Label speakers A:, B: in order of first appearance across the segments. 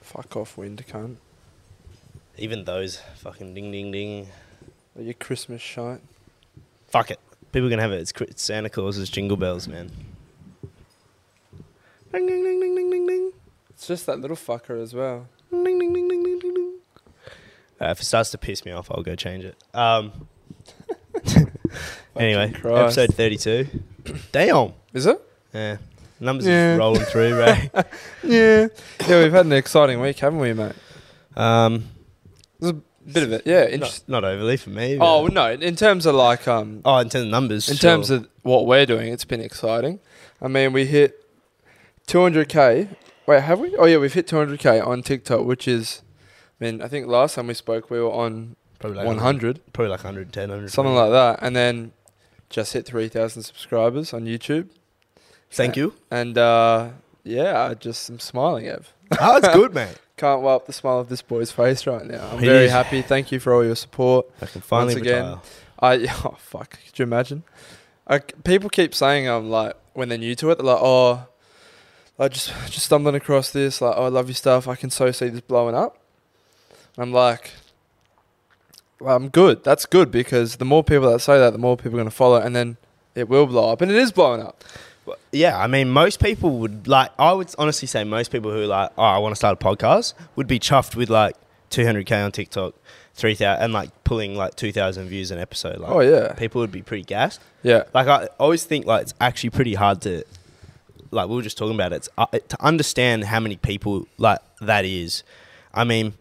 A: Fuck off, wind cunt.
B: Even those fucking ding ding ding.
A: Like your Christmas shite.
B: Fuck it. People can have it. It's, Chri- it's Santa Claus's jingle bells, man. Ding ding ding ding ding ding ding.
A: It's just that little fucker as well.
B: Ding ding ding ding ding ding ding. Uh, if it starts to piss me off, I'll go change it. Um. anyway,
A: Fucking Christ.
B: episode thirty-two. Damn.
A: Is it?
B: Yeah. Numbers
A: Yeah.
B: is rolling through, right?
A: Yeah. Yeah, we've had an exciting week, haven't we, mate?
B: Um.
A: Bit of it, yeah. Interesting.
B: Not, not overly for me. but-
A: Oh no! In terms of like um,
B: Oh, in terms of numbers.
A: in
B: sure.
A: terms of what we're doing, it's been exciting. I mean, we hit 200k. Wait, have we? Oh yeah, we've hit 200k on TikTok, which is, I mean, I think last time we spoke we were on
B: probably like
A: 100,
B: probably like 110, 100.
A: something like that, and then just hit 3,000 subscribers on YouTube.
B: Thank you.
A: And uh, yeah, I just am smiling, Ev.
B: oh, it's good, mate.
A: Can't wipe the smile of this boy's face right now. I'm
B: It
A: very
B: is.
A: happy. Thank you for all your support.
B: I can finally
A: Once again,
B: retire.
A: I oh fuck, could you imagine? I c people keep saying I'm like when they're new to it, they're like, oh, I just just stumbling across this, like, oh, I love your stuff. I can so see this blowing up. I'm like, well, I'm good. That's good because the more people that say that, the more people are gonna follow, and then it will blow up, and it is blowing up.
B: Well, Yeah, I mean, most people would like. I would honestly say most people who are like, oh, I want to start a podcast, would be chuffed with like 200k on TikTok, 3,000, and like pulling like 2,000 views an episode. Like,
A: oh yeah,
B: people would be pretty gassed.
A: yeah,
B: Like, I always think like it's actually pretty hard to, like we were just talking about it, it's, uh, it- to understand how many people like that is. I mean,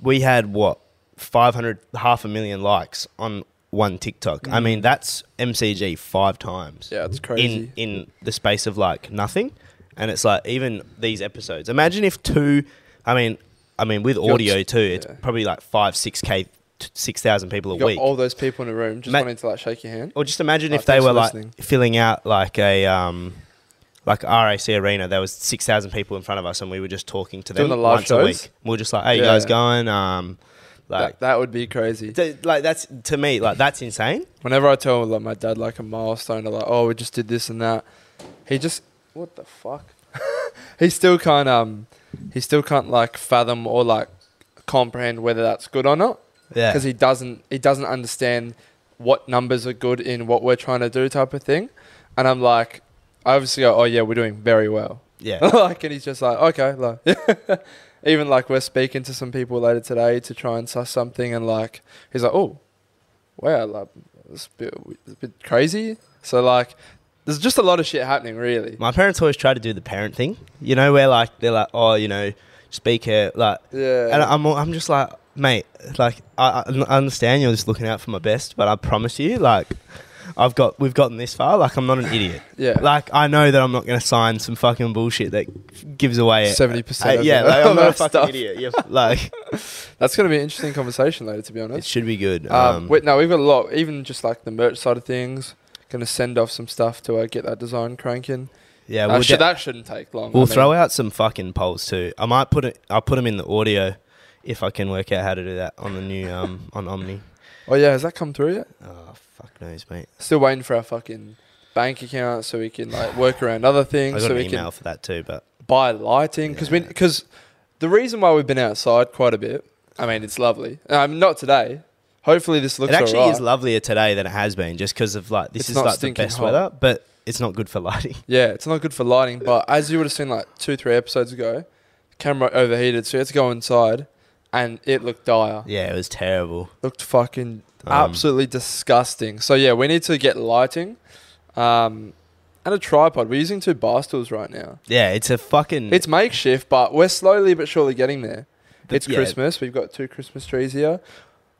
B: we had what 500, half a million likes on one TikTok.
A: Mm.
B: I mean, that's MCG five times
A: yeah. It's crazy.
B: in in the space of like nothing and it's like even these episodes imagine if two i mean i mean with
A: You're
B: audio
A: t-
B: too it's
A: yeah.
B: probably like 5 6k t- 6000 people
A: you
B: a
A: got
B: week
A: all those people in a room just
B: Ma-
A: wanting to like shake your hand.
B: or just imagine
A: Oh,
B: if they
A: thanks
B: were
A: for
B: like
A: listening.
B: filling out like a um like RAC Arena, there was six thousand people in front of us, and we were just talking to them
A: Doing the live
B: once a
A: shows?
B: week. We were just like, "Hey, you
A: Yeah.
B: guys going?" Um,
A: That,
B: like,
A: that would be crazy.
B: th- like that's to me, like that's insane.
A: Whenever I tell like my dad like a milestone, or like oh we just did this and that, he just what the fuck? he still can't um he still can't like fathom or like comprehend whether that's good or not
B: Yeah,
A: because he doesn't he doesn't understand what numbers are good in what we're trying to do type of thing, and I'm like I obviously go oh yeah we're doing very well
B: yeah,
A: like and he's just like okay like even like we're speaking to some people later today to try and suss something and like he's like oh wow like it's a bit, it's a bit crazy so like there's just a lot of shit happening really
B: My parents always try to do the parent thing, you know, where like they're like, oh, you know, speak it, like,
A: yeah
B: and I'm I'm just like, mate, like I, I understand you're just looking out for my best, but I promise you, like, I've got we've gotten this far, like I'm not an idiot,
A: yeah
B: like I know that I'm not gonna sign some fucking bullshit that gives away
A: 70%
B: Uh,
A: of
B: yeah,
A: the-
B: like,
A: of
B: I'm not a
A: that
B: fucking
A: stuff.
B: idiot. You're, like
A: that's gonna be an interesting conversation later to be
B: it
A: honest
B: should be good.
A: um,
B: Um,
A: wait no we've got a lot even just like the merch side of things gonna send off some stuff to uh, get that design cranking
B: yeah,
A: Uh,
B: we'll,
A: sh-
B: de-
A: that shouldn't take long
B: we'll
A: I mean,
B: throw out some fucking polls too. I might put it. I'll put them in the audio if I can work out how to do that on the new um on Omni.
A: oh yeah has that come through yet
B: Oh fuck knows, mate.
A: Still waiting for our fucking bank account so we can like work around other
B: I
A: things,
B: got
A: so
B: an
A: we
B: email for that too, but
A: can buy lighting because we
B: Yeah.
A: because the reason why we've been outside quite a bit. I mean, it's lovely. Um, not today. Hopefully, this looks.
B: it actually
A: alright.
B: is lovelier today than it has been, just because of like this
A: It's
B: is
A: not
B: like the
A: stinking
B: best
A: hot.
B: weather, but it's not good for lighting.
A: yeah, it's not good for lighting, but as you would have seen like two, three episodes ago, camera overheated, so we had to go inside, and it looked dire.
B: Yeah, it was terrible.
A: Looked fucking
B: Um,
A: absolutely disgusting. So yeah, we need to get lighting, um, and a tripod. We're using two bar stools right now.
B: Yeah, it's a fucking.
A: Mm. It's makeshift, but we're slowly but surely getting there.
B: the-
A: it's
B: yeah,
A: Christmas. We've got two Christmas trees here.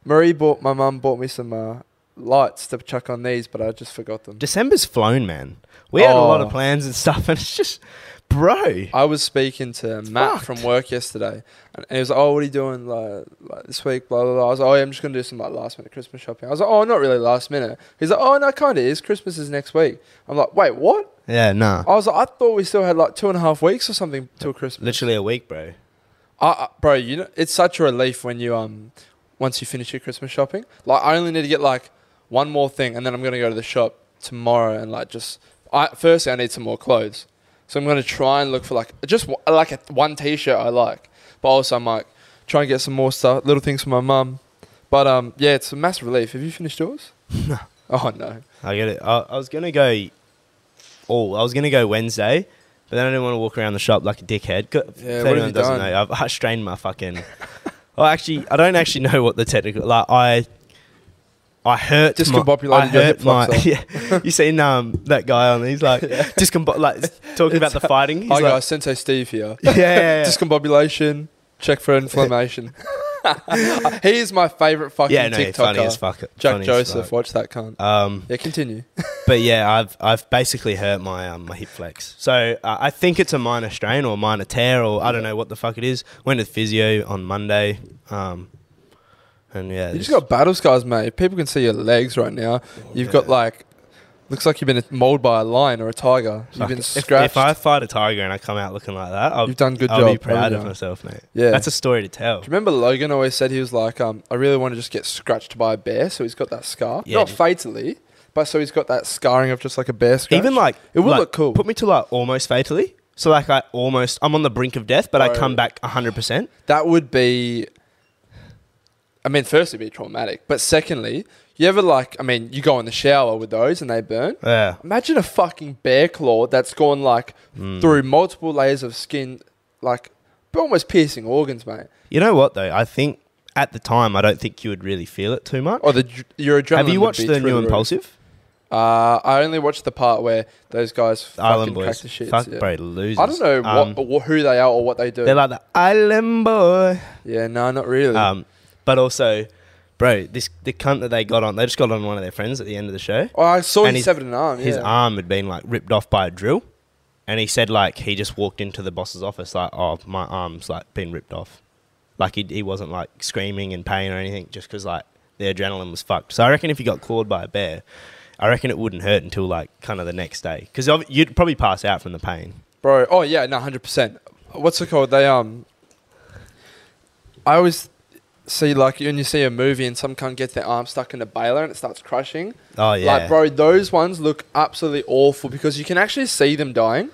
A: Marie bought my mum bought me some uh, lights to chuck on these, but I just forgot them.
B: December's flown, man. We had a lot
A: Oh.
B: of plans and stuff, and it's just, bro.
A: I was speaking to Matt
B: fucked.
A: from work yesterday, and he was like, "Oh, what are you doing like, like this week?" Blah blah blah. I was like, "Oh, yeah, I'm just gonna do some like last minute Christmas shopping." I was like, "Oh, not really last minute." He's like, "Oh, no, kind of is. Christmas is next week." I'm like, "Wait, what?"
B: Yeah, nah.
A: I was like, "I thought we still had like two and a half weeks or something till Christmas."
B: Literally a week, bro.
A: I, I- bro, you know, it's such a relief when you um, once you finish your Christmas shopping. Like, I only need to get like one more thing, and then I'm gonna go to the shop tomorrow and like just. I firstly, I need some more clothes. So I'm gonna try and look for like just w- like a, one T-shirt I like, but also I'm like try and get some more stuff, little things for my mum. But um, yeah, it's a massive relief. Have you finished yours? No. Oh no.
B: I get it. I, I was gonna go. Oh, I was gonna go Wednesday, but then I didn't want to walk around the shop like a dickhead. Co- if
A: Yeah, what have
B: anyone
A: you
B: doesn't
A: done?
B: know, I've I strained my fucking. well, actually, I don't actually know what the technical. Like I, I hurt. my-
A: Discombobulated
B: I
A: your hip
B: hurt my.
A: flexor.
B: Yeah, you seen um that guy on? He's like discombo- like talking about the fighting. He's
A: Hi
B: like,
A: guys, Sensei Steve here.
B: yeah, yeah, yeah.
A: Discombobulation. Check for inflammation. he is my favorite fucking
B: yeah, no,
A: TikToker.
B: funny as fuck.
A: Jack
B: funny as
A: Joseph,
B: fuck.
A: watch that cunt.
B: Um,
A: Yeah, continue.
B: but yeah, I've I've basically hurt my um, my hip flex. So uh, I think it's a minor strain or minor tear or I don't know what the fuck it is. Went to the physio on Monday, um, and yeah,
A: You just got battle scars, mate. People can see your legs right now.
B: Oh,
A: You've got like, looks like you've been mauled by a lion or a tiger. You've
B: fuck
A: been
B: it. If-
A: scratched.
B: If, I fight a tiger and I come out looking like that, I'll,
A: You've done good
B: I'll
A: job.
B: be proud
A: haven't
B: of
A: you?
B: myself, mate.
A: Yeah.
B: that's a story to tell.
A: Do you remember Logan always said he was like, um, I really want to just get scratched by a bear, so he's got that scar.
B: Yeah,
A: Not
B: dude.
A: fatally, but so he's got that scarring of just like a bear scratch.
B: Even like
A: it would
B: like,
A: look cool.
B: Put me to like almost fatally. So like I almost I'm on the brink of death, but I
A: Bro.
B: come back hundred percent.
A: that would be I mean, first it'd be traumatic, but secondly, you ever like I mean, you go in the shower with those and they burn?
B: Yeah,
A: Imagine a fucking bear claw that's gone like
B: Hmm.
A: through multiple layers of skin, like almost piercing organs, mate.
B: you know what though? I think at the time I don't think you would really feel it too much.
A: Or Oh, the dr- your adrenaline.
B: Have you
A: would
B: watched
A: be
B: the
A: through
B: new
A: roof.
B: Impulsive?
A: Uh, I only watched the part where those guys
B: Island
A: fucking crack
B: Boys.
A: the shits.
B: Fuck,
A: yeah.
B: bro, losers.
A: I don't know
B: Um,
A: what, or who they are or what they do.
B: they're like the Island Boy.
A: yeah, no, not really.
B: Um, but also, bro, this the cunt that they got on. They just got on one of their friends at the end of the show.
A: oh, I saw
B: and
A: he
B: his-
A: severed an arm.
B: His
A: Oh, yeah.
B: arm had been like ripped off by a drill, and he said like he just walked into the boss's office like, oh, my arm's like been ripped off. Like he he wasn't like screaming in pain or anything, just because like the adrenaline was fucked. So I reckon if you got clawed by a bear. I reckon it wouldn't hurt until like kind of the next day because you'd probably pass out from the pain.
A: Bro, oh yeah, no, hundred percent. What's it called? They um, I always see like when you see a movie and some cunt gets their arm stuck in a baler and it starts crushing.
B: Oh yeah,
A: Like, bro, those ones look absolutely awful because you can actually see them dying.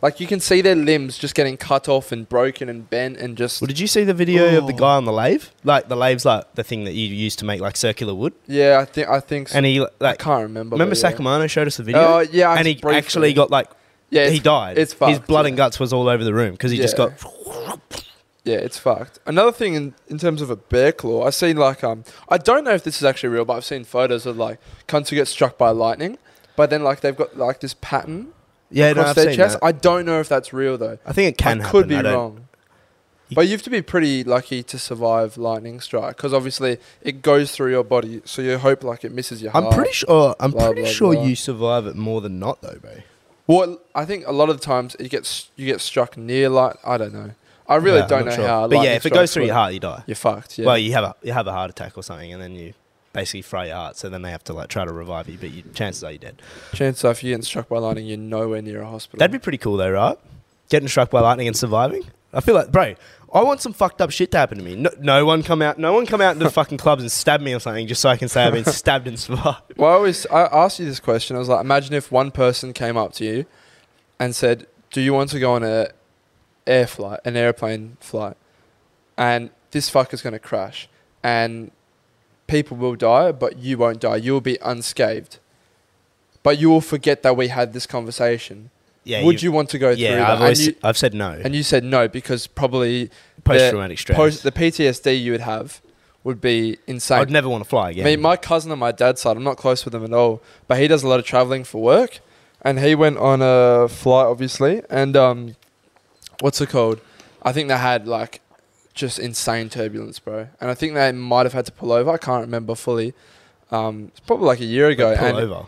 A: Like you can see their limbs just getting cut off and broken and bent and just
B: Well, did you see the video of the
A: Oh.
B: guy on the lathe? Like the lathe's like the thing that you use to make like circular wood,
A: yeah. I think I think so.
B: and he
A: I
B: like
A: can't remember.
B: remember
A: but yeah.
B: Sacamano showed us the video,
A: Oh yeah, I
B: and he
A: briefly-
B: actually got like
A: yeah.
B: he
A: It's,
B: died.
A: it's
B: his
A: fucked,
B: blood
A: yeah.
B: and guts was all over the room because he just
A: Yeah.
B: got
A: yeah, it's fucked. Another thing in, in terms of a bear claw, I seen like um, I don't know if this is actually real, but I've seen photos of like cunts who get struck by lightning, but then like they've got like this pattern
B: yeah. No,
A: across
B: I've
A: their
B: seen
A: chest.
B: that.
A: I don't know if that's real though.
B: I think it can
A: I
B: happen.
A: could be
B: I don't-
A: wrong. But you have to be pretty lucky to survive lightning strike because obviously it goes through your body, so you hope like it misses your heart.
B: I'm pretty sure. I'm
A: Blah,
B: pretty
A: blah,
B: sure
A: blah.
B: you survive it more than not, though, bro.
A: Well, I think a lot of the times it gets you get struck near light. I don't know. I really
B: Yeah, I'm
A: don't
B: not
A: know
B: sure.
A: how.
B: But yeah,
A: lightning
B: if it goes
A: strikes
B: through your
A: work.
B: heart, you die.
A: you're fucked. Yeah.
B: Well, you have a you have a heart attack or something, and then you basically fry your heart. So then they have to like try to revive you, but you, chances are you're dead.
A: Chances are, if you're getting struck by lightning, you're nowhere near a hospital.
B: That'd be pretty cool though, right? Getting struck by lightning and surviving. I feel like, bro, I want some fucked up shit to happen to me. No, no one come out, no one come out into the fucking clubs and stab me or something, just so I can say I've been stabbed and survived.
A: Well, I always I asked you this question. I was like, imagine if one person came up to you and said, "Do you want to go on a air flight, an airplane flight?" And this fucker's going to crash, and people will die, but you won't die. You'll be unscathed, but you will forget that we had this conversation.
B: Yeah,
A: Would you, want to go through
B: Yeah,
A: that?
B: I've, always,
A: and, you,
B: I've said no.
A: and you said no because probably
B: Post traumatic stress.
A: post, the PTSD you would have would be insane.
B: I'd never want to fly again.
A: I mean, my cousin on my dad's side, I'm not close with him at all, but he does a lot of traveling for work. And he went on a flight, obviously. And um, what's it called? I think they had like just insane turbulence, bro. And I think they might have had to pull over. I can't remember fully. Um, it's probably like a year ago.
B: Pull
A: and
B: over.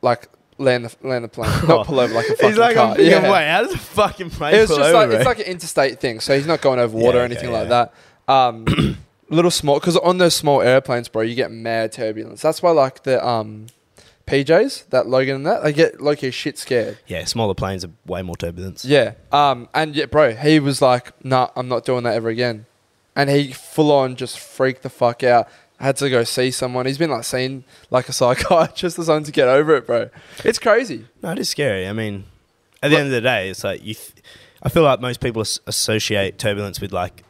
A: like land the, land the plane. Not pull over like a fucking
B: He's like,
A: car.
B: I'm thinking,
A: Yeah.
B: wait, how does a fucking plane
A: It was
B: pull
A: just
B: over, eh?
A: like
B: bro?
A: it's like an interstate thing, so he's not going over water
B: Yeah,
A: or anything like
B: okay,
A: that. Um, little small, because on those small airplanes, bro, you get mad turbulence. That's why like the um, PJs that Logan and that they get like a shit scared.
B: yeah, smaller planes are way more turbulence.
A: Yeah. Um, and yeah, bro, he was like, "Nah, I'm not doing that ever again," and he full on just freaked the fuck out. Had to go see someone. He's been like seen like a psychiatrist or something to get over it, bro. It's crazy.
B: No, it is scary. I mean, at the end of the day, it's like you. Th- I feel like most people as- associate turbulence with like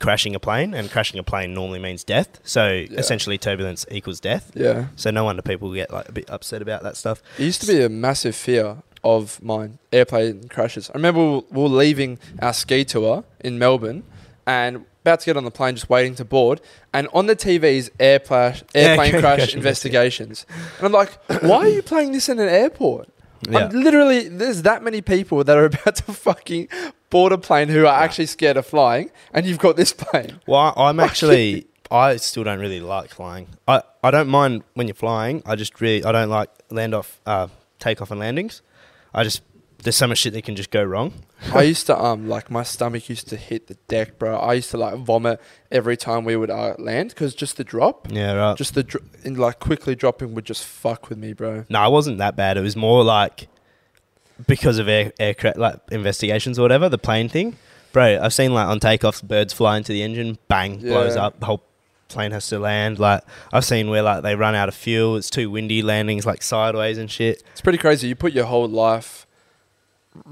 B: crashing a plane, and crashing a plane normally means death. So essentially, turbulence equals death.
A: Yeah.
B: So no wonder people get like a bit upset about that stuff.
A: It used to be a massive fear of mine, airplane crashes. I remember we we were leaving our ski tour in Melbourne and about to get on the plane, just waiting to board. And on the TV's airplash, airplane
B: Airplane
A: crash
B: crash
A: investigations. And I'm like, why are you playing this in an airport?
B: Yeah.
A: I'm literally, there's that many people that are about to fucking board a plane who are actually scared of flying, and you've got this plane.
B: Well, I- I'm actually. I still don't really like flying. I, I don't mind when you're flying. I just really I don't like land off, uh, takeoff and landings. I just there's so much shit that can just go wrong.
A: I used to um like my stomach used to hit the deck, bro. I used to like vomit every time we would uh, land because just the drop,
B: Yeah, right.
A: Uh, just the dr- in, like quickly dropping would just fuck with me, bro.
B: No, it wasn't that bad. It was more like because of air, aircraft like investigations or whatever, the plane thing. Bro, I've seen like on takeoffs, birds fly into the engine, bang, blows
A: Yeah.
B: up, the whole plane has to land. Like I've seen where like they run out of fuel, it's too windy, landings like sideways and shit.
A: It's pretty crazy. You put your whole life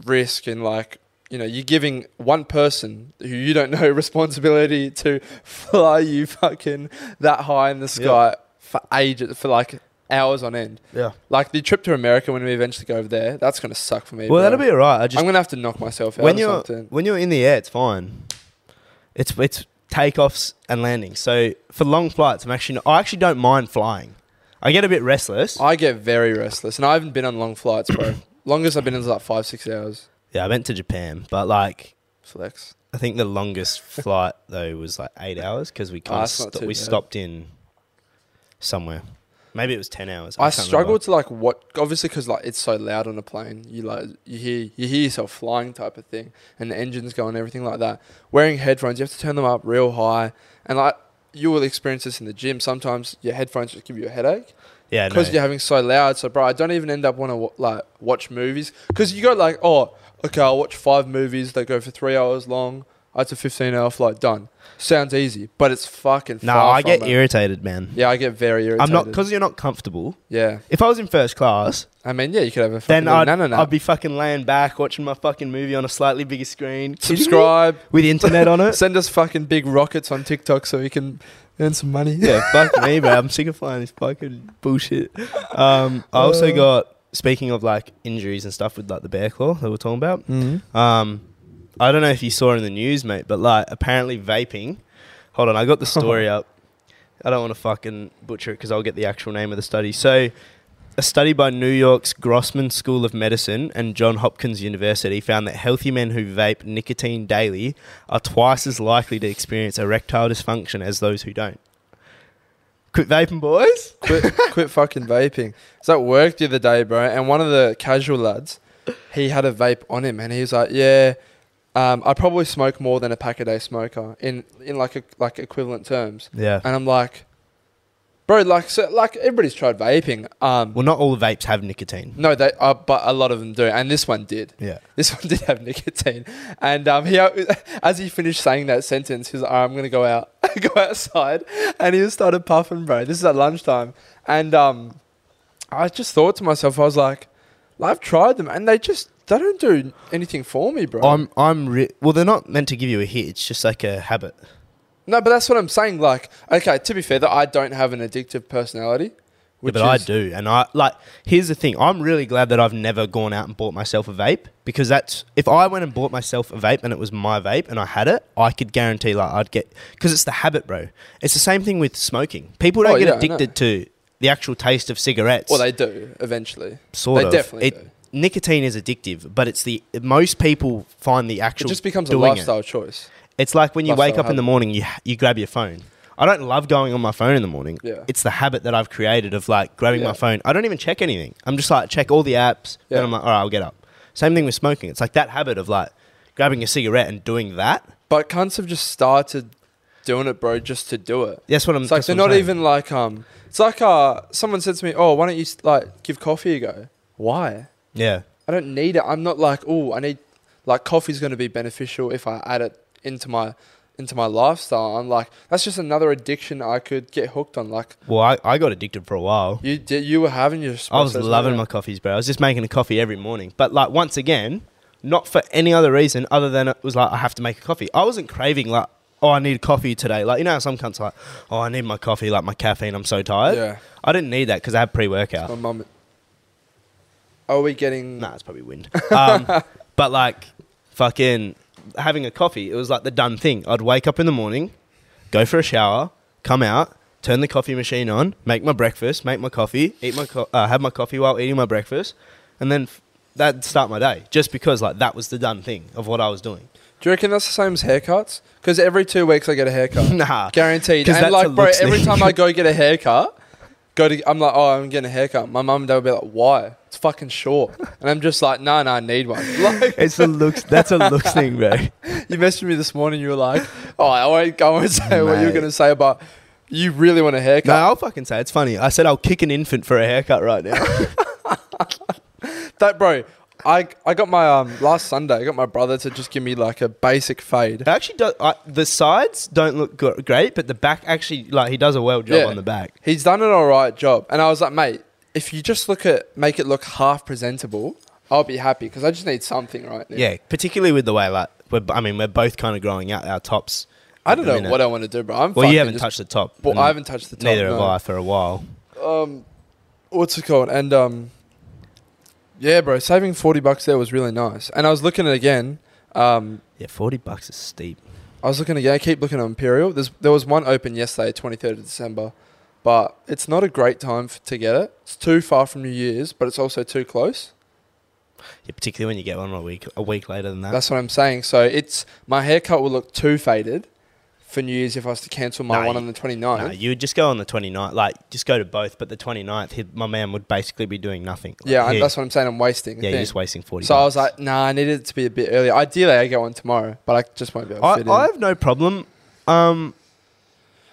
A: risk in like you know you're giving one person who you don't know responsibility to fly you fucking that high in the sky for ages for like hours on end.
B: Yeah.
A: Like the trip to America when we eventually go over there, that's gonna suck for me.
B: Well,
A: bro.
B: that'll be alright. I just
A: I'm gonna have to knock myself out
B: when
A: or
B: you're
A: something.
B: when you're in the air, it's fine. It's it's takeoffs and landings. So for long flights, I'm actually I actually don't mind flying. I get a bit restless.
A: I get very restless, and I haven't been on long flights, bro. Longest I've been is like five, six hours.
B: yeah, I went to Japan, but like
A: Flex.
B: I think the longest flight though was like eight hours because we kind
A: Ah,
B: of
A: that's not
B: sto-
A: too
B: we
A: bad.
B: stopped in somewhere. Maybe it was ten hours.
A: I
B: can't remember.
A: struggle to like what obviously because like it's so loud on a plane. You like you hear you hear yourself flying type of thing, and the engines going everything like that. Wearing headphones, you have to turn them up real high, and like you will experience this in the gym. Sometimes your headphones just give you a headache
B: Yeah, no.
A: because you're having so loud. So bro, I don't even end up want to w- like watch movies because you go like oh okay I'll watch five movies that go for three hours long. That's a fifteen hour flight done. Sounds easy, but it's fucking.
B: no,
A: far
B: I
A: from
B: get
A: it.
B: irritated, man.
A: Yeah, I get very irritated.
B: I'm not because you're not comfortable.
A: yeah,
B: If I was in first class,
A: I mean yeah, you could have a fucking
B: then
A: no
B: I'd,
A: no no.
B: I'd be fucking laying back watching my fucking movie on a slightly bigger screen. Kidding me?
A: Subscribe.
B: with internet on it.
A: Send us fucking big rockets on TikTok so we can earn some money.
B: yeah, fuck me, bro. I'm sick of flying this fucking bullshit. Um, I also
A: Uh.
B: got speaking of like injuries and stuff with like the bear claw that we're talking about.
A: Mm-hmm.
B: Um, I don't know if you saw in the news, mate, but like apparently vaping. Hold on, I got the story up. I don't want to fucking butcher it because I'll get the actual name of the study. So, a study by New York's Grossman School of Medicine and John Hopkins University found that healthy men who vape nicotine daily are twice as likely to experience erectile dysfunction as those who don't. Quit vaping, boys.
A: Quit, quit fucking vaping. So at work the other day, bro, and one of the casual lads, he had a vape on him, and he was like, "Yeah, um, I probably smoke more than a pack a day smoker in in like a, like equivalent terms."
B: Yeah.
A: And I'm like, "Bro, like so, like everybody's tried vaping. Um,
B: Well, not all vapes have nicotine.
A: no, they uh, but a lot of them do, and this one did."
B: Yeah.
A: This one did have nicotine, and um, he as he finished saying that sentence, he was like, "All right, "I'm gonna go out, go outside," and he just started puffing, bro. This is at lunchtime, and um, I just thought to myself, I was like, "I've tried them, and they just they don't do anything for me, bro."
B: I'm. I'm. Ri- well, they're not meant to give you a hit. It's just like a habit.
A: no, but that's what I'm saying. Like, okay, to be fair, that I don't have an addictive personality,
B: Yeah,
A: which
B: but I
A: is-
B: do, and I like. Here's the thing: I'm really glad that I've never gone out and bought myself a vape because that's if I went and bought myself a vape and it was my vape and I had it, I could guarantee like I'd get because it's the habit, bro. It's the same thing with smoking. People don't
A: Oh,
B: get
A: yeah, I know.
B: addicted to the actual taste of cigarettes.
A: Well, they do eventually.
B: sort
A: they
B: of.
A: definitely
B: It-
A: do.
B: Nicotine is addictive, but it's the most people find
A: It
B: the actual.
A: just becomes a
B: doing it.
A: lifestyle choice.
B: It's like when you
A: Lifestyle
B: wake up in the
A: habit.
B: morning, you you grab your phone. I don't love going on my phone in the morning.
A: Yeah.
B: It's the habit that I've created of like grabbing
A: Yeah.
B: my phone. I don't even check anything. I'm just like check all the apps.
A: Yeah.
B: Then I'm like, all right, I'll get up. Same thing with smoking. It's like that habit of like grabbing a cigarette and doing that.
A: But cunts have just started doing it, bro, just to do it.
B: That's what I'm.
A: It's like
B: Um, that's
A: they're
B: what I'm
A: not
B: saying.
A: even like um. It's like uh, someone said to me, "Oh, why don't you like give coffee a go?" Why?
B: Yeah.
A: I don't need it. I'm not like, oh, I need like coffee's going to be beneficial if I add it into my into my lifestyle. I'm like, that's just another addiction I could get hooked on. Like
B: Well, I, I got addicted for a while.
A: you did, you were having your.
B: I was
A: espressos,
B: loving
A: weren't
B: my coffees, bro. I was just making a coffee every morning. But like once again, not for any other reason other than it was like I have to make a coffee. I wasn't craving like oh I need coffee today. Like you know how some cunts are like oh I need my coffee like my caffeine. I'm so
A: you?
B: tired.
A: Yeah,
B: I didn't need that because I had pre workout.
A: my mum. Are we getting?
B: Nah, it's probably wind. Um, but like, fucking having a coffee, it was like the done thing. I'd wake up in the morning, go for a shower, come out, turn the coffee machine on, make my breakfast, make my coffee, eat my co- uh, have my coffee while eating my breakfast, and then f- that'd start my day. Just because like that was the done thing of what I was doing.
A: Do you reckon that's the same as haircuts? Because every two weeks I get a haircut.
B: nah,
A: Guaranteed.
B: 'Cause
A: And
B: that's a
A: like, bro,
B: looks
A: every
B: thing.
A: time I go get a haircut, go to I'm like, oh, I'm getting a haircut. My mum and dad would be like, why? It's fucking short. And I'm just like, nah, nah, I need one. Like,
B: it's a looks. That's a looks thing, bro.
A: you messaged me this morning. You were like, oh, I won't, I won't say what you're
B: Mate.
A: gonna say, but you really want a
B: No,
A: haircut.
B: I'll fucking say it's funny. I said I'll kick an infant for a haircut right now.
A: That bro, I I got my um last Sunday. I got my brother to just give me like a basic fade.
B: It actually does. I the sides don't look go- great, but the back actually, like, he does a well job
A: Yeah.
B: on the back.
A: He's done an all right job, and I was like, mate, if you just look at make it look half presentable, I'll be happy because I just need something right now.
B: Yeah, particularly with the way, like, we're, I mean, we're both kind of growing out our tops.
A: I don't
B: at the
A: know
B: minute.
A: what I want to do, bro. I'm
B: uh, Well,
A: fucking
B: you haven't
A: just-
B: touched the top.
A: Well,
B: and
A: I haven't touched the top.
B: Mm. Neither have
A: no.
B: I for a while.
A: Um, what's it called? And um, yeah, bro, saving forty bucks there was really nice. And I was looking at it again. Um,
B: Yeah, forty bucks is steep.
A: I was looking again. I keep looking at Imperial. There's there was one open yesterday, twenty third of December, but it's not a great time f to get it. It's too far from New Year's, but it's also too close.
B: Yeah, particularly when you get one a week a week later than that.
A: That's what I'm saying. So it's my haircut will look too faded for New Year's if I was to cancel my
B: Nah,
A: one
B: you-
A: on the
B: no,
A: 29th.
B: you would just go on the 29th, like just go to both, but the 29th, he, my man would basically be doing nothing. Like,
A: yeah,
B: here-
A: and that's what I'm saying. I'm wasting. I
B: yeah, you're
A: think.
B: just wasting 40
A: So I was
B: bucks.
A: like, nah, I needed it to be a bit earlier. Ideally, I get one tomorrow, but I just won't be able to
B: I,
A: fit
B: I
A: in.
B: have no problem um,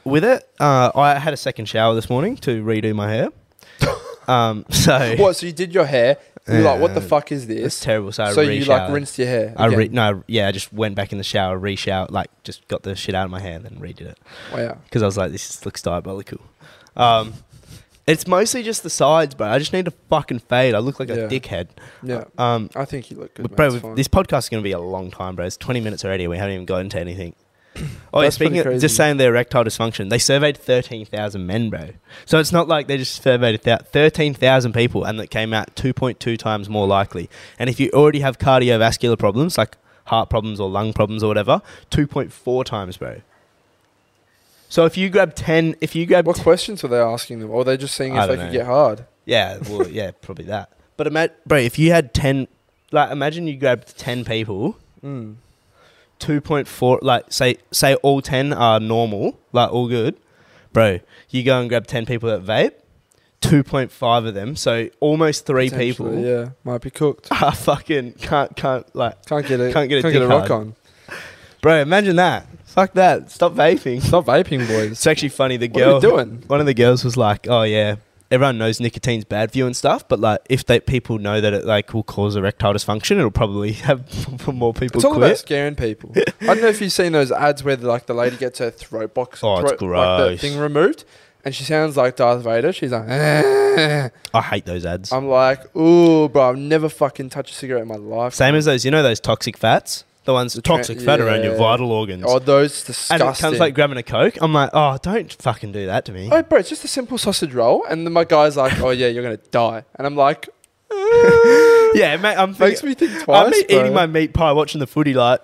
B: with it. Uh, I had a second shower this morning to redo my hair. um, so
A: What? So you did your hair? You're like, what the
B: Yeah.
A: fuck is
B: it's
A: this?
B: terrible. So,
A: so
B: I
A: you like
B: re-showered.
A: rinsed your hair?
B: I re-
A: again.
B: no, yeah, I just went back in the shower, re-shower, like just got the shit out of my hair, and then redid it
A: Wow.
B: because I was like, this is- looks diabolical. Um, it's mostly just the sides, bro. I just need to fucking fade. I look like
A: Yeah.
B: a dickhead.
A: Yeah,
B: Um,
A: I think you look good.
B: bro,
A: mate, it's fine.
B: this podcast is going to be a long time, bro. It's 20 minutes already. We haven't even gotten to anything. Oh, yeah,
A: That's pretty
B: speaking of,
A: crazy.
B: just saying their erectile dysfunction, they surveyed 13,000 men, bro. So it's not like they just surveyed thou- 13,000 people and that came out 2.2 times more likely. And if you already have cardiovascular problems, like heart problems or lung problems or whatever, 2.4 times, bro. So if you grab 10, if you grab
A: what questions were they asking them? Or were they just seeing
B: I
A: if they
B: don't
A: could
B: know.
A: get hard?
B: Yeah, well, yeah, probably that. But imagine, bro, if you had ten, like, imagine you grabbed ten people,
A: Mm.
B: two point four, like, say, say all ten are normal, like, all good, bro. You go and grab ten people that vape, two point five of them, so almost three
A: Potentially,
B: people
A: Yeah, might be cooked.
B: are fucking can't can't like,
A: Can't get it.
B: Can't get a dick
A: rock
B: hard.
A: on.
B: bro. Imagine that. Fuck that. Stop vaping.
A: Stop vaping, boys.
B: It's actually funny. The
A: What are
B: girl
A: we doing?
B: one of the girls was like, "Oh yeah, everyone knows nicotine's bad for you and stuff, but like if they people know that it like will cause erectile dysfunction, it'll probably have more people
A: It's all about
B: quit."
A: scaring people. I don't know if you've seen those ads where like the lady gets her throat box,
B: Oh, it's
A: throat, like, the
B: gross.
A: thing removed, and she sounds like Darth Vader. She's like, "Ah."
B: I hate those ads.
A: I'm like, ooh, bro, I've never fucking touched a cigarette in my life.
B: Same as those, you know, those toxic fats, the ones
A: tra-
B: toxic fat around your
A: yeah.
B: vital organs.
A: Oh, those
B: and
A: disgusting.
B: it comes like grabbing a coke. I'm like, oh, don't fucking do that to me.
A: oh, bro, it's just a simple sausage roll, and then my guy's like, oh yeah, you're gonna die, and I'm like, "Ah."
B: yeah, mate, I'm
A: makes
B: thinking,
A: me think twice.
B: I'm e-
A: bro.
B: eating my meat pie, watching the footy, like,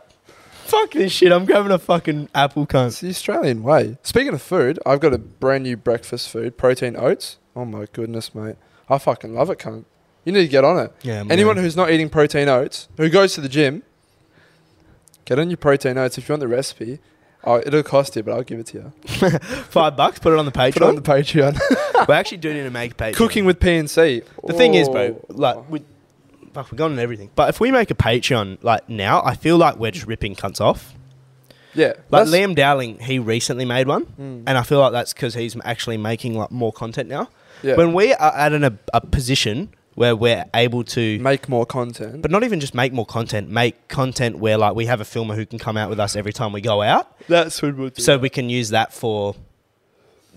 B: fuck this shit. I'm grabbing a fucking apple, cunt.
A: It's the Australian way. Speaking of food, I've got a brand new breakfast food, protein oats. Oh my goodness, mate. I fucking love it, cunt. You need to get on it.
B: Yeah, I'm
A: Anyone
B: gonna-
A: who's not eating protein oats, who goes to the gym, get on your protein oats if you want the recipe. Oh, it'll cost you, but I'll give it to you.
B: five bucks, put it on the Patreon.
A: Put it on the Patreon.
B: we actually do need to make a Patreon.
A: Cooking with PNC.
B: The thing is, bro,
A: Oh.
B: like we, fuck, we're gone on everything. But if we make a Patreon like now, I feel like we're just ripping cunts off.
A: yeah,
B: Like
A: that's-
B: Liam Dowling, he recently made one,
A: Mm.
B: and I feel like that's because he's actually making like more content now.
A: yeah.
B: When we are at an, a, a position where we're able to
A: Make more content.
B: but not even just make more content, make content where like we have a filmer who can come out with us every time we go out.
A: that's what we'll do.
B: So we can use that for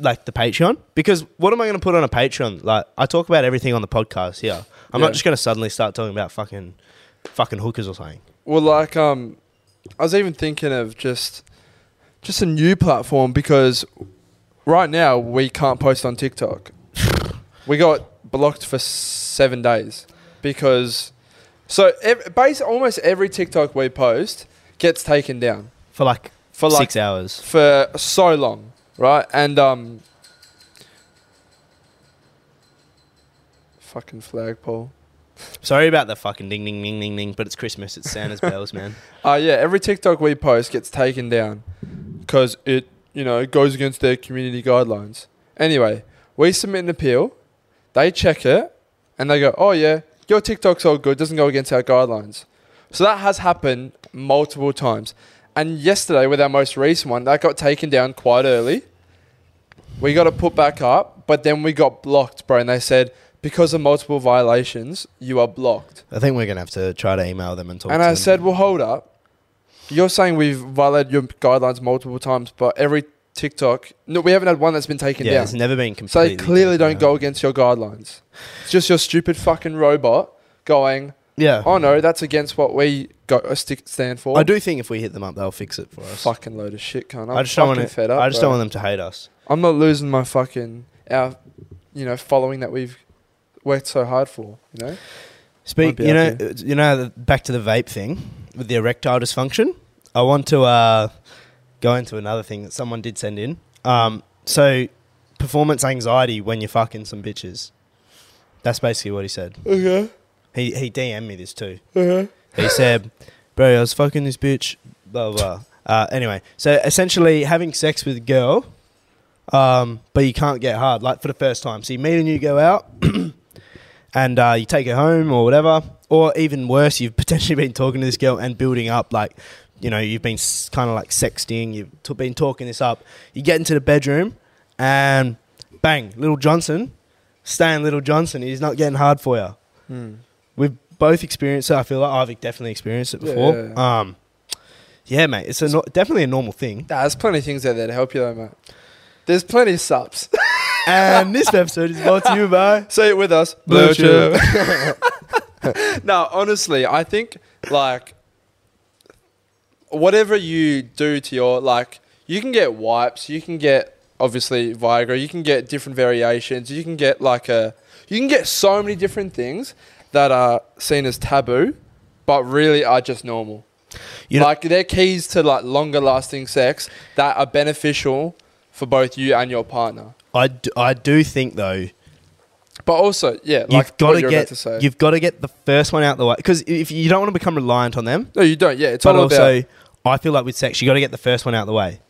B: like the Patreon. Because what am I going to put on a Patreon? Like I talk about everything on the podcast here. I'm
A: Yeah.
B: not just going to suddenly start talking about fucking fucking hookers or something.
A: Well, like um, I was even thinking of just just a new platform because right now we can't post on TikTok. we got blocked for seven days because so ev- base almost every TikTok we post gets taken down
B: For like,
A: for like
B: six hours.
A: for so long, right? And um, fucking flagpole.
B: Sorry about the fucking ding ding ding ding ding, but it's Christmas. It's Santa's bells, man.
A: Uh, yeah, every TikTok we post gets taken down because it, you know, goes against their community guidelines. Anyway, we submit an appeal, they check it, and they go, oh, yeah, your TikTok's all good, doesn't go against our guidelines. So that has happened multiple times. And yesterday, with our most recent one, that got taken down quite early. We got it put back up, but then we got blocked, bro. And they said, because of multiple violations, you are blocked.
B: I think we're gonna have to try to email them and talk.
A: And
B: to
A: I
B: them.
A: said, well, hold up. You're saying we've violated your guidelines multiple times, but every TikTok, no, we haven't had one that's been taken
B: yeah, it's
A: down.
B: never been
A: So
B: completely.
A: they clearly
B: taken
A: don't go
B: down.
A: against your guidelines. It's just your stupid fucking robot going,
B: Yeah,
A: oh no, that's against what we go, uh, stick, stand for.
B: I do think if we hit them up, they'll fix it for us.
A: Fucking load of shit, cunt. I'm
B: I just don't want
A: fucking
B: to.
A: fed up.
B: I just
A: bro.
B: don't want them to hate us.
A: I'm not losing my fucking, our, you know, following that we've worked so hard for, you know? Might
B: Speak,
A: be
B: you know, uh,
A: out
B: you know, the- back to the vape thing with the erectile dysfunction. I want to uh, go into another thing that someone did send in. Um, so, performance anxiety when you're fucking some bitches. That's basically what he said.
A: Okay.
B: He he DM'd me this too.
A: Uh-huh.
B: He said, "Bro, I was fucking this bitch." Blah blah. blah. Uh, anyway, so essentially having sex with a girl, um, but you can't get hard like for the first time. So you meet and you go out, and uh, you take her home or whatever, or even worse, you've potentially been talking to this girl and building up like. You know, you've been kind of like sexting, you've t- been talking this up. You get into the bedroom and bang, little Johnson, staying little Johnson, he's not getting hard for you
A: Hmm.
B: we've both experienced it. I feel like I've definitely experienced it
A: Yeah,
B: before.
A: yeah,
B: Um, yeah, mate, it's a no- definitely a normal thing.
A: Nah, there's plenty of things out there to help you though, mate. There's plenty of subs.
B: And this episode is brought to you by
A: Say it with us.
B: Blue Chew.
A: no, honestly, I think like whatever you do to your like, you can get wipes. You can get obviously Viagra. You can get different variations. You can get like a. You can get so many different things that are seen as taboo, but really are just normal.
B: You know-
A: like they're keys to like longer lasting sex that are beneficial for both you and your partner.
B: I do, I do think though
A: But also, yeah, like
B: you've got
A: what
B: to
A: you're
B: get
A: about to say.
B: you've got to get the first one out the way because if you don't want to become reliant on them,
A: No, you don't. Yeah, it's
B: but
A: all
B: also
A: about.
B: I feel like with sex you got to get the first one out the way.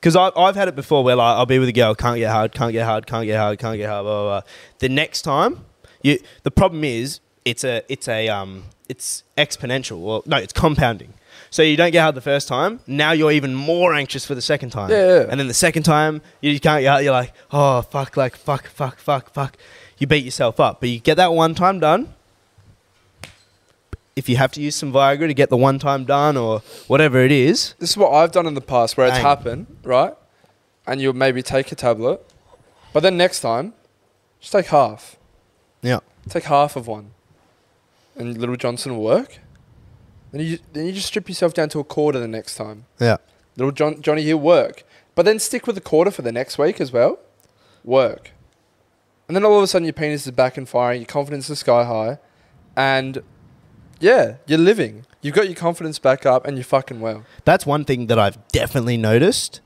B: Because I've, I've had it before where like, I'll be with a girl, can't get hard, can't get hard, can't get hard, can't get hard, blah, blah, blah. The next time, you, the problem is it's a, it's a, um, it's exponential. Well, no, it's compounding. So you don't get hard the first time. Now you're even more anxious for the second time.
A: Yeah, yeah.
B: And then the second time you, you can't get hard. You're like, oh, fuck, like, fuck, fuck, fuck, fuck. You beat yourself up. But you get that one time done, if you have to use some Viagra to get the one time done or whatever it is,
A: This is what I've done in the past where it's
B: Bang.
A: happened, right? And you'll maybe take a tablet, but then next time, just take half.
B: yeah,
A: Take half of one, and Little Johnson will work. Then you then you just strip yourself down to a quarter the next time.
B: yeah,
A: Little John, Johnny, he'll work, but then stick with a quarter for the next week as well. Work, and then all of a sudden your penis is back and firing. Your confidence is sky high, and yeah, you're living. You've got your confidence back up, and you're fucking well.
B: that's one thing that I've definitely noticed.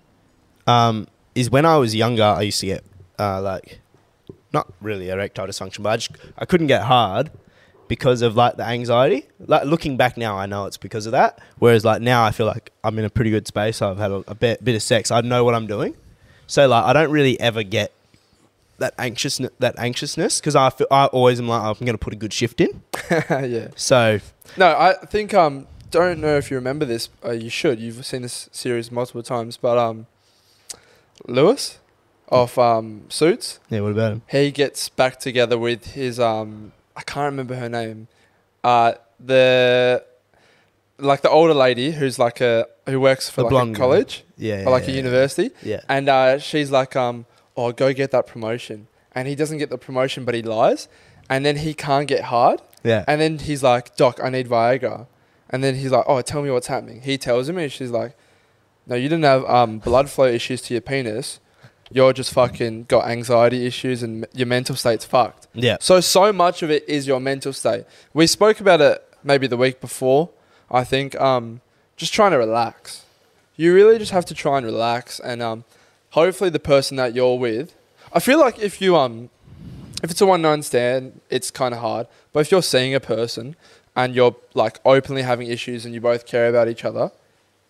B: Um, is when I was younger, I used to get uh, like not really erectile dysfunction, but I just I couldn't get hard because of like the anxiety. Like looking back now, I know it's because of that. Whereas like now, I feel like I'm in a pretty good space. I've had a, a bit, bit of sex. I know what I'm doing, so like I don't really ever get that anxiousness. That anxiousness because I feel, I always am like "Oh, I'm going to put a good shift in.
A: yeah.
B: So
A: No, I think um don't know if you remember this. Uh, you should. You've seen this series multiple times, but um Lewis of um Suits,
B: yeah, what about him?
A: he gets back together with his um I can't remember her name. Uh, the like the older lady who's like a who works for
B: The
A: like a
B: blonde girl.
A: college
B: Yeah.
A: or like a
B: yeah,
A: university,
B: Yeah.
A: and uh, she's like, um, "Oh, go get that promotion," and he doesn't get the promotion, but he lies, and then he can't get hired.
B: Yeah.
A: And then he's like, Doc, I need Viagra. And then he's like, Oh, tell me what's happening. He tells him, and she's like, No, you didn't have um, blood flow issues to your penis. You're just fucking got anxiety issues, and m- your mental state's fucked.
B: Yeah.
A: So, so much of it is your mental state. We spoke about it maybe the week before, I think. Um, just trying to relax. You really just have to try and relax, and um, hopefully the person that you're with. I feel like if you um, if it's a one night stand, it's kind of hard. But if you're seeing a person and you're like openly having issues and you both care about each other,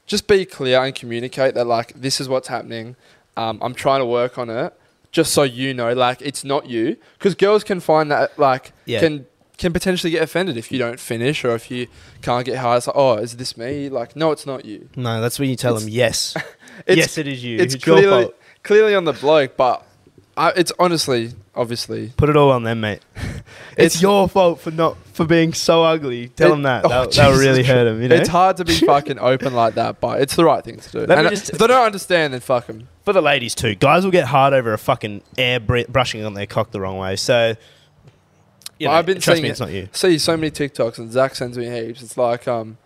A: just be clear and communicate that like this is what's happening. Um, I'm trying to work on it, just so you know, like it's not you. Because girls can find that like
B: Yeah.
A: can can potentially get offended if you don't finish or if you can't get hard. It's like, oh, is this me? Like, no, it's not you.
B: No, that's when you tell
A: It's-
B: them yes.
A: It's,
B: yes, it is you.
A: it's
B: your
A: clearly
B: fault.
A: clearly on the bloke, but I, it's honestly, obviously,
B: Put it all on them, mate. it's,
A: It's-
B: your fault for not for being so ugly. Tell
A: It-
B: them that.
A: oh,
B: That'll, that'll
A: Jesus
B: really hurt them. You know.
A: It's hard to be fucking open like that, but it's the right thing to do.
B: Let me
A: And
B: just-
A: if they don't understand, then fuck them.
B: for the ladies too. Guys will get hard over a fucking air br- brushing on their cock the wrong way. So, you
A: Well,
B: know,
A: I've been
B: trust
A: seeing
B: me,
A: it.
B: it's not you.
A: See so many TikToks, and Zach sends me heaps. It's like um,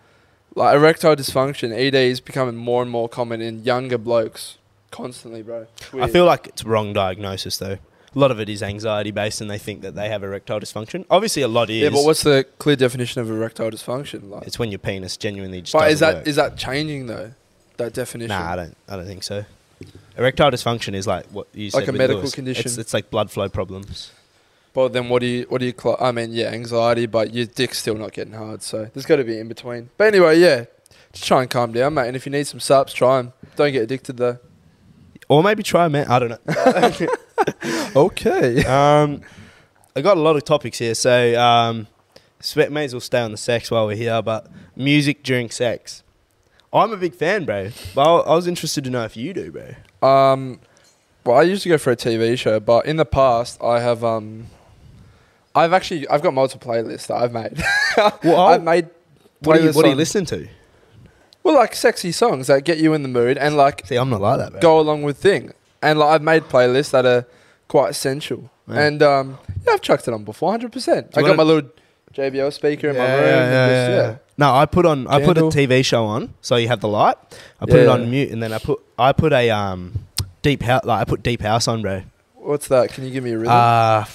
A: like erectile dysfunction (ED) is becoming more and more common in younger blokes constantly, bro. It's
B: I
A: weird.
B: feel like it's wrong diagnosis though. A lot of it is anxiety based, and they think that they have erectile dysfunction. Obviously, a lot is.
A: yeah, but what's the clear definition of erectile dysfunction? Like,
B: It's when your penis genuinely just.
A: but is
B: doesn't
A: that is
B: work.
A: that changing though? That definition.
B: Nah, I don't. I don't think so. Erectile dysfunction is like what you said.
A: Like a
B: with
A: medical
B: Lewis.
A: condition.
B: It's, it's like blood flow problems.
A: But then what do you what do you? Cl- I mean, yeah, anxiety, but your dick's still not getting hard, so there's got to be in between. But anyway, yeah, just try and calm down, mate. And if you need some subs, try 'em. Don't get addicted though.
B: Or maybe try man. I don't know.
A: Okay.
B: um, I got a lot of topics here, so um, sweat may as well stay on the sex while we're here. But music during sex, I'm a big fan, bro. But I I was interested to know if you do, bro.
A: Um, well, I used to go for a TV show, but in the past, I have um, I've actually I've got multiple playlists that I've made.
B: Well, I'll-
A: I've made.
B: what do you,
A: playlists
B: what do you
A: on-
B: listen to?
A: Well, like sexy songs that get you in the mood and like
B: See, I'm not like that, bro.
A: go along with thing. And like I've made playlists that are quite sensual.
B: Yeah.
A: And um, yeah, I've chucked it on before, hundred percent.
B: Do
A: I
B: you
A: got
B: wanna-
A: my little JBL speaker in my room. and just- yeah.
B: No, I put on I put a
A: Candle.
B: TV show on, so you have the light. I put it
A: Yeah.
B: on mute, and then I put I put a um deep house like I put deep house on, bro.
A: What's that? Can you give me a rhythm?
B: Uh,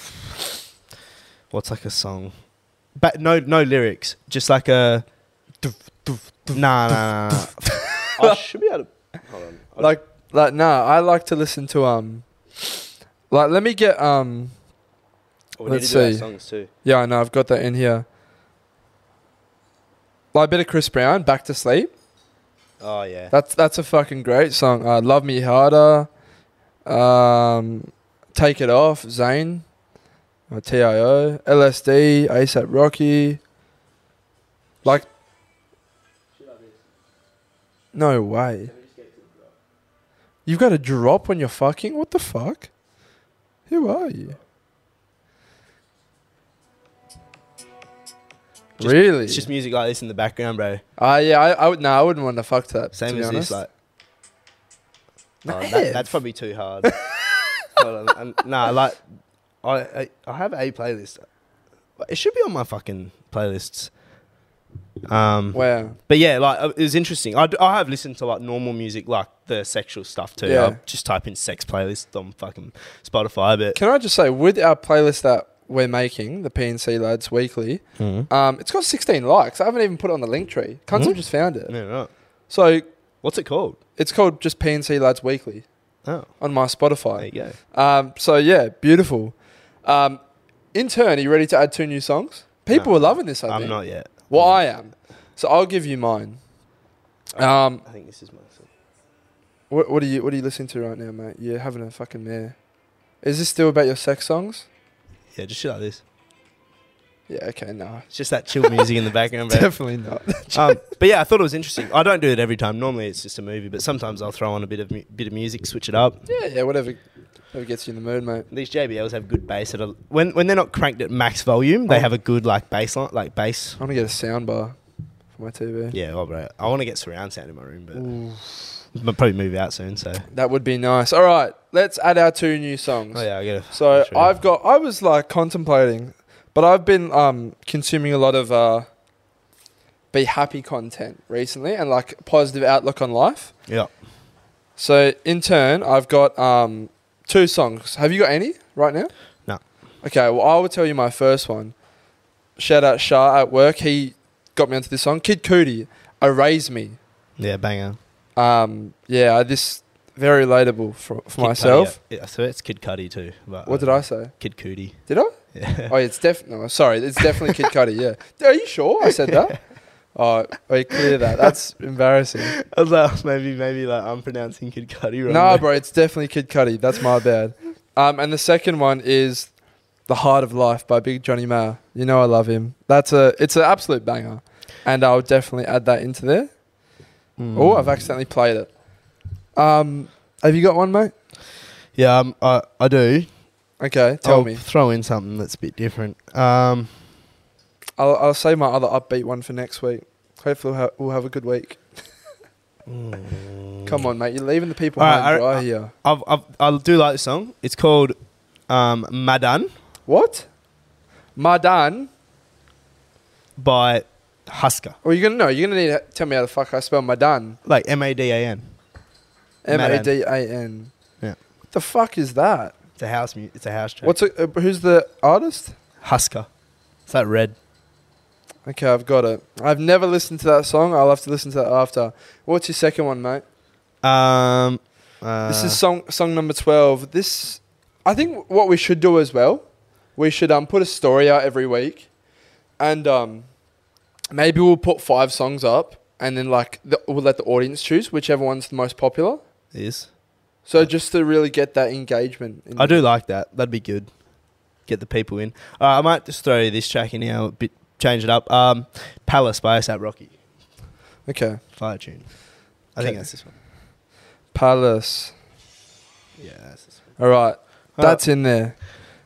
B: what's like a song? But no, no lyrics. Just like a. Nah, nah, nah. nah. I should be able to. Hold on. I'll-
A: like like nah, I like to listen to um like let me get um
B: we need
A: let's
B: to do our
A: see.
B: songs too.
A: yeah, I know, I've got that in here. Like a bit of Chris Brown, Back to Sleep.
B: Oh yeah.
A: That's that's a fucking great song. Uh, Love Me Harder, um, Take It Off, Zayn, uh, TIO, LSD, ASAP Rocky. Like, no way. You've got a drop when you're fucking. What the fuck? Who are you?
B: Just-
A: really?
B: It's just music like this in the background, bro.
A: Ah, yeah. I, I would. No, I wouldn't want to fuck to that. to
B: Same
A: be
B: as
A: honest.
B: this, like.
A: No,
B: Oh,
A: Ev.
B: that, that's probably too hard. Hold on. um, Nah, like, I, I I have a playlist. It should be on my fucking playlists. Um,
A: Wow.
B: But yeah, like uh, it was interesting. I, d- I have listened to like normal music, like the sexual stuff too.
A: Yeah.
B: I'll just type in sex playlist on fucking Spotify, but
A: Can I just say, with our playlist that we're making, the PNC Lads Weekly,
B: Mhm.
A: um, it's got 16 likes. I haven't even put it on the link tree. Kunzel
B: Mhm.
A: just found it.
B: no, no.
A: So
B: What's it called?
A: it's called just PNC Lads Weekly
B: Oh,
A: on my
B: there
A: Spotify.
B: you go.
A: Um, so yeah, beautiful. Um, in turn, are you ready to add two new songs? People
B: No,
A: are loving this, I
B: I'm
A: think.
B: not yet.
A: Well, I am. So I'll give you mine. Um,
B: I think this is my. song.
A: what, what are you What are you listening to right now, mate? You're having a fucking mare. Is this still about your sex songs?
B: Yeah, just shit like this.
A: Yeah. Okay. No.
B: It's just that chill music in the background. bro.
A: Definitely not.
B: um, but yeah, I thought it was interesting. I don't do it every time. Normally, it's just a movie, but sometimes I'll throw on a bit of mu- bit of music, switch it up.
A: yeah. Yeah. Whatever. Whatever gets you in the mood, mate.
B: These JBLs have good bass at a, when when they're not cranked at max volume, they
A: Oh.
B: have a good like bass line, like bass.
A: I'm gonna get a sound bar for my TV.
B: Yeah, well, bro, I want to get surround sound in my room, but
A: Ooh,
B: I'll probably move out soon. So
A: that would be nice. All right. Let's add our two new songs.
B: oh yeah, I get
A: So
B: Sure.
A: I've got. I was like contemplating, but I've been um consuming a lot of uh be happy content recently and like positive outlook on life.
B: yeah.
A: So in turn, I've got um two songs. Have you got any right now?
B: No.
A: Okay. Well, I will tell you my first one. Shout out Shah at work. He got me onto this song. Kid Cudi, "Erase Me."
B: Yeah, banger.
A: Um, yeah, this very relatable for, for
B: Kid
A: myself.
B: Cudi, yeah. I swear it's Kid Cudi too. But um,
A: What did I say?
B: Kid Cudi.
A: Did I?
B: Yeah.
A: Oh, it's definitely. No, sorry, it's definitely Kid Cudi. Yeah. Are you sure I said that? Oh, wait, clear that. That's embarrassing.
B: I was like, maybe, maybe like I'm pronouncing Kid Cudi wrong.
A: No, bro, it's definitely Kid Cudi. That's my bad. Um, and the second one is "The Heart of Life" by Big Johnny Mayer. You know I love him. That's a it's an absolute banger, and I'll definitely add that into there.
B: Hmm.
A: Oh, I've accidentally played it. Um, have you got one, mate?
B: Yeah, um, I I do.
A: Okay, tell
B: I'll
A: me.
B: Throw in something that's a bit different. Um,
A: I'll I'll save my other upbeat one for next week. Hopefully we'll have, we'll have a good week.
B: Mm.
A: Come on, mate. You're leaving the people
B: Hmm. Alright,
A: hanging high and
B: I-
A: dry here.
B: I've, I've, I do like this song. It's called um, Madan
A: What? Madan?
B: by Husker.
A: Well, Oh, you're gonna know. You're gonna need to tell me how the fuck I spell Madan.
B: Like M A D A N.
A: M
B: Madan.
A: A D A N.
B: Yeah.
A: What the fuck is that?
B: It's a house mu- It's a house track.
A: What's a, uh, who's the artist?
B: Husker? It's that red.
A: Okay, I've got it. I've never listened to that song. I'll have to listen to that after. What's your second one, mate?
B: Um, uh,
A: this is song song number twelve. This, I think, what we should do as well, we should um put a story out every week, and um, maybe we'll put five songs up, and then like the, we'll let the audience choose whichever one's the most popular.
B: is.
A: So just to really get that engagement. In
B: I do like that. That'd be good. Get the people in. Uh, I might just throw this track in now. A bit change it up. Um, Palace by ASAP Rocky.
A: Okay,
B: Fire tune. I think
A: Okay.
B: that's this one.
A: Palace.
B: Yeah, that's this one.
A: All right,
B: Uh,
A: that's in there.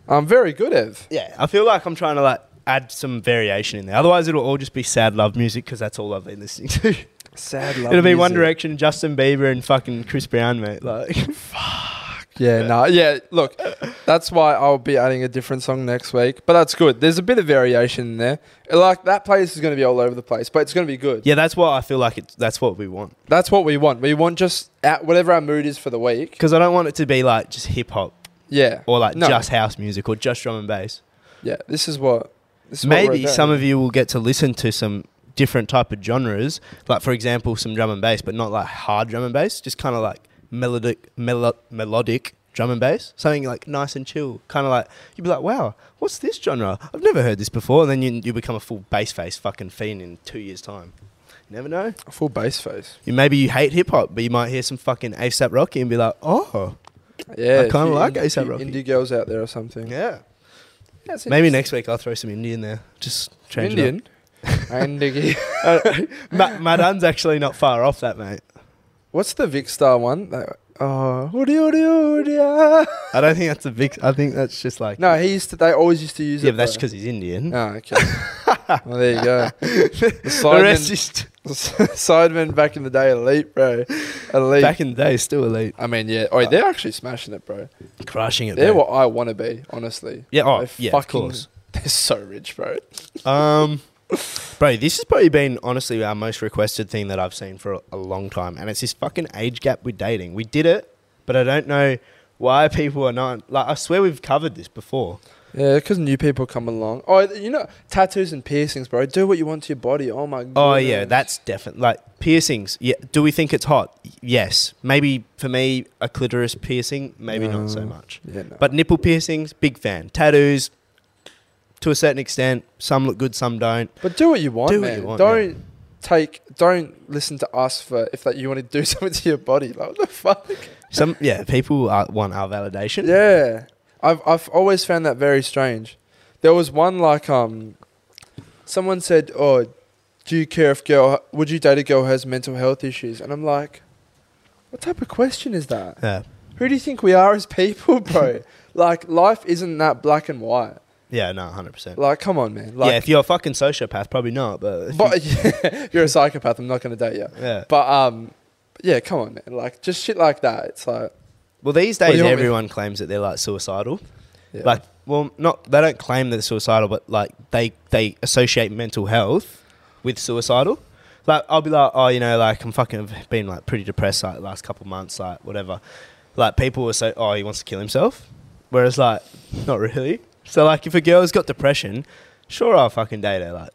A: I'm very good, Ev.
B: Yeah, I feel like I'm trying to like add some variation in there. Otherwise, it'll all just be sad love music because that's all I've been listening to.
A: Sad love.
B: it'll be One
A: music.
B: Direction, Justin Bieber, and fucking Chris Brown, mate. Like,
A: Yeah, no, yeah. Look, that's why I'll be adding a different song next week. But that's good. There's a bit of variation in there. Like that playlist is going to be all over the place, but it's going to be good.
B: yeah, that's what I feel like. It's, that's what we want
A: That's what we want. We want just at whatever our mood is for the week.
B: because I don't want it to be like just hip hop
A: Yeah,
B: or like
A: No.
B: just house music or just drum and bass.
A: yeah. This is what. This is what we're
B: Maybe
A: about.
B: some of you will get to listen to some different type of genres, like for example, some drum and bass, but not like hard drum and bass, just kind of like melodic, melo- melodic drum and bass, something like nice and chill, kind of like you'd be like, wow, what's this genre? I've never heard this before, and then you you become a full bass face fucking fiend in two years time. You never know.
A: a full bass face.
B: You, maybe you hate hip hop, but you might hear some fucking ASAP Rocky and be like, oh,
A: Yeah,
B: kinda
A: few
B: like
A: in-
B: A$AP
A: few
B: Rocky.
A: Indie girls out there or something.
B: yeah.
A: That's
B: Maybe
A: interesting.
B: next week I'll throw some Indian there. Just change it up. Uh,
A: Indian. Indie.
B: Ma- Madan's actually not far off that, mate.
A: What's the Vic Star one? That- Oh, hoodie, hoodie, hoodie.
B: I don't think that's a big. I think that's just like.
A: no, he used to. They always used to use
B: yeah,
A: it.
B: but that's
A: though.
B: because he's Indian.
A: Oh, okay. well, there you go. The
B: the rest
A: Sidemen,
B: is t-
A: Sidemen back in the day, elite, bro. Elite.
B: back in Ah. the day still elite,
A: I mean, yeah. Oh, they're actually smashing it, bro.
B: crushing it.
A: They're
B: bro.
A: what I want to be, honestly.
B: Yeah, oh,
A: They
B: yeah, of
A: fucking-
B: course.
A: They're so rich, bro.
B: Um, bro, this has probably been honestly our most requested thing that I've seen for a, a long time, and it's this fucking age gap with dating. We did it, but I don't know why people are not like. I swear we've covered this before.
A: Yeah, because new people come along. Oh, you know, tattoos and piercings, bro. Do what you want to your body. Oh my god.
B: Oh yeah, that's definitely like piercings. Yeah, do we think it's hot? Y- Yes, maybe for me a clitoris piercing, maybe not so
A: No.
B: much.
A: Yeah, no.
B: But nipple piercings, big fan. Tattoos, to a certain extent, some look good, some don't.
A: But do what you want,
B: Do what
A: man.
B: you want,
A: don't take. Don't listen to us for if that you want to do something to your body. Like what the fuck.
B: Some yeah, people are, want our validation.
A: Yeah, I've I've always found that very strange. There was one like um, someone said, "Oh, do you care if girl? Would you date a girl who has mental health issues?" And I'm like, "What type of question is that?
B: Yeah.
A: Who do you think we are as people, bro? like, life isn't that black and white.
B: Yeah, no, 100%.
A: Like, come on, man.
B: yeah,
A: Like,
B: if you're a fucking sociopath, probably not, but. if
A: but you're a psychopath. I'm not gonna date you.
B: you- yeah.
A: But um, yeah, come on, man. Like, just shit like that. It's like,
B: Well, these
A: What do
B: days,
A: you want me-
B: everyone claims that they're like suicidal.
A: yeah.
B: Like, well, not they don't claim that they're suicidal, but like they they associate mental health with suicidal. Like, I'll be like, oh, you know, like I'm fucking been like pretty depressed like the last couple of months, like whatever. Like people will say, oh, he wants to kill himself, whereas like not really. So like, if a girl's got depression, sure, I'll fucking date her. Like,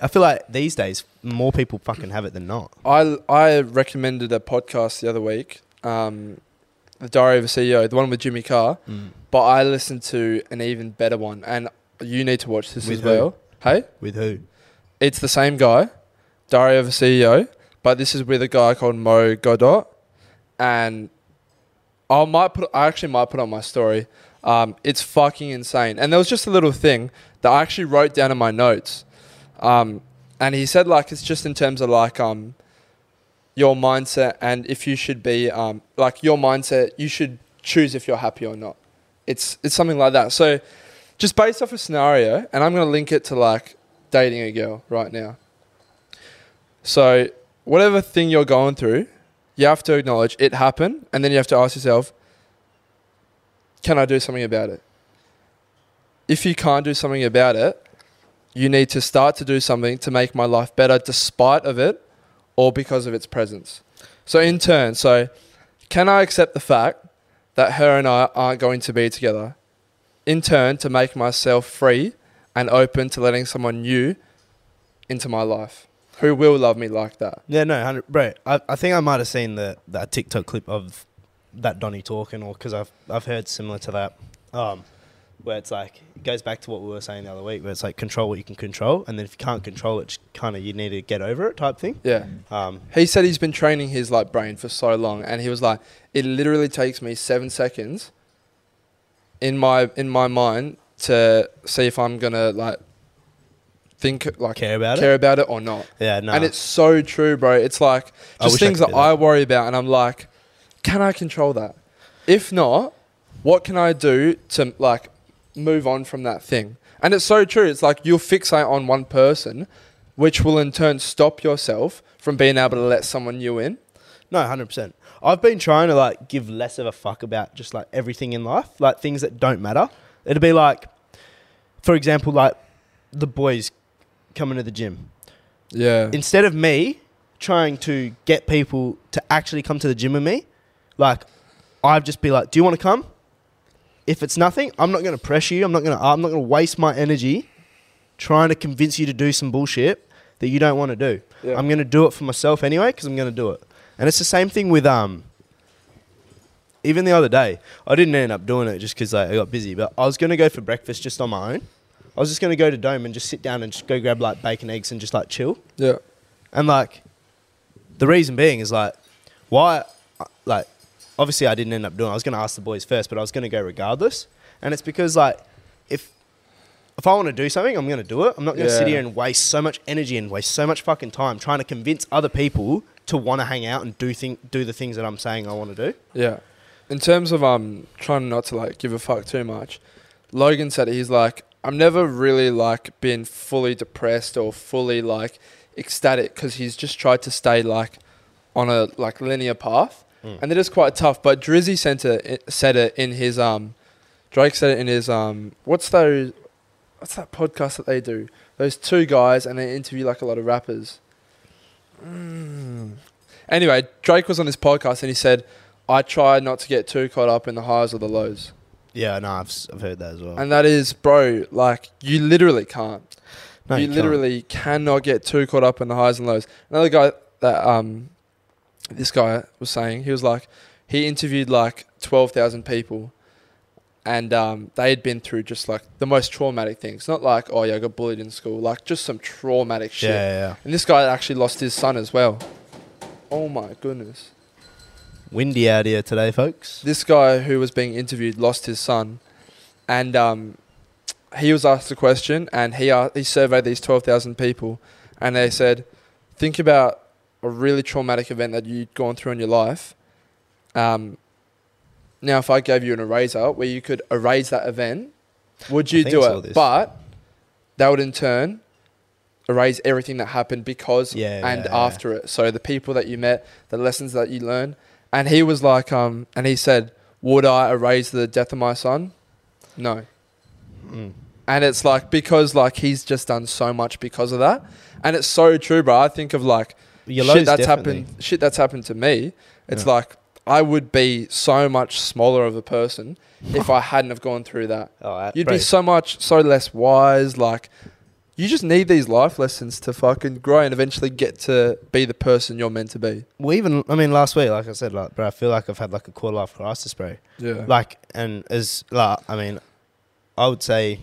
B: I feel like these days more people fucking have it than not.
A: I I recommended a podcast the other week, um, the Diary of a CEO, the one with Jimmy Carr. But I listened to an even better one, and you need to watch this
B: With
A: as
B: who?
A: well. Hey,
B: With who?
A: it's the same guy, Diary of a CEO, E but this is with a guy called Mo Godot, and I might put I actually might put on my story. Um, it's fucking insane. And there was just a little thing that I actually wrote down in my notes, um, and he said like it's just in terms of like um your mindset and if you should be um like your mindset you should choose if you're happy or not. It's it's something like that. So just based off a scenario, and I'm gonna link it to like dating a girl right now. So, whatever thing you're going through, you have to acknowledge it happened, and then you have to ask yourself, can I do something about it? If you can't do something about it, you need to start to do something to make my life better despite of it or because of its presence. So in turn, so can I accept the fact that her and I aren't going to be together? In turn, to make myself free and open to letting someone new into my life who will love me like that.
B: Yeah, no, 100, bro. I, I think I might have seen the that TikTok clip of that Donny talking, or because I've I've heard similar to that, um, where it's like it goes back to what we were saying the other week, where it's like control what you can control, and then if you can't control it, kind of you need to get over it type thing.
A: Yeah.
B: Um,
A: He said he's been training his like brain for so long, and he was like, it literally takes me seven seconds in my in my mind to see if I'm gonna like think like care
B: care about
A: about,
B: it.
A: it? or not.
B: Yeah, no.
A: And it's so true, bro. It's like
B: I
A: just
B: wish I
A: things
B: could
A: that,
B: do that.
A: I worry about, and I'm like, can I control that? If not, what can I do to like move on from that thing? And it's so true. It's like you'll fixate on one person, which will in turn stop yourself from being able to let someone new in.
B: No, hundred percent. I've been trying to like give less of a fuck about just like everything in life, like things that don't matter. It'd be like, for example, like the boys coming to the gym.
A: Yeah.
B: instead of me trying to get people to actually come to the gym with me, like I'd just be like, "Do you want to come?" If it's nothing, I'm not going to pressure you. I'm not going to. I'm not going to waste my energy trying to convince you to do some bullshit that you don't want to do.
A: Yeah.
B: I'm going to do it for myself anyway because I'm going to do it. And it's the same thing with um. Even the other day, I didn't end up doing it just because like, I got busy. But I was going to go for breakfast just on my own. I was just going to go to Dome and just sit down and just go grab like bacon, eggs, and just like chill.
A: yeah.
B: And like, the reason being is like, why? Like, obviously, I didn't end up doing. It. I was going to ask the boys first, but I was going to go regardless. And it's because like, if if I want to do something, I'm going to do it. I'm not going to sit
A: Yeah.
B: here and waste so much energy and waste so much fucking time trying to convince other people to want to hang out and do thing do the things that I'm saying I want to do.
A: Yeah. In terms of um trying not to like give a fuck too much, Logan said he's like I've never really like been fully depressed or fully like ecstatic because he's just tried to stay like on a like linear path,
B: Mm.
A: and it is quite tough. But Drizzy sent it, said it in his um Drake said it in his um what's those what's that podcast that they do those two guys and they interview like a lot of rappers. Mm. Anyway, Drake was on this podcast and he said, I try not to get too caught up in the highs or the lows.
B: Yeah, no, I've s- I've heard that as well.
A: And that is, bro, like, you literally can't.
B: No,
A: you
B: can't.
A: literally cannot get too caught up in the highs and lows. Another guy that um, this guy was saying, he was like, he interviewed like 12,000 people and um, they had been through just like the most traumatic things. Not like, oh, yeah, I got bullied in school, like, just some traumatic
B: Yeah,
A: shit.
B: yeah, yeah.
A: And this guy actually lost his son as well. Oh my goodness.
B: Windy out here today, folks.
A: This guy who was being interviewed lost his son, and um, he was asked a question and he a he surveyed these 12,000 people and they said, think about a really traumatic event that you'd gone through in your life. Um, now, if I gave you an eraser where you could erase that event, would you
B: think
A: do
B: I saw
A: it?
B: this.
A: But that would in turn erase everything that happened because
B: Yeah,
A: and
B: yeah, yeah.
A: after it. So the people that you met, the lessons that you learned. And he was like, um, and he said, would I erase the death of my son? No.
B: Mm.
A: And it's like because like he's just done so much because of that, and it's so true, bro. I think of like
B: Your
A: shit
B: lows
A: that's
B: definitely.
A: happened, shit that's happened to me. It's
B: Yeah.
A: like I would be so much smaller of a person if I hadn't have gone through that.
B: Oh, I-
A: You'd
B: bro,
A: be so much so less wise. Like you just need these life lessons to fucking grow and eventually get to be the person you're meant to be.
B: well, even I mean, last week, like I said, like, bro, I feel like I've had like a quarter life crisis, bro.
A: Yeah, like
B: Like, and as like, I mean, I would say,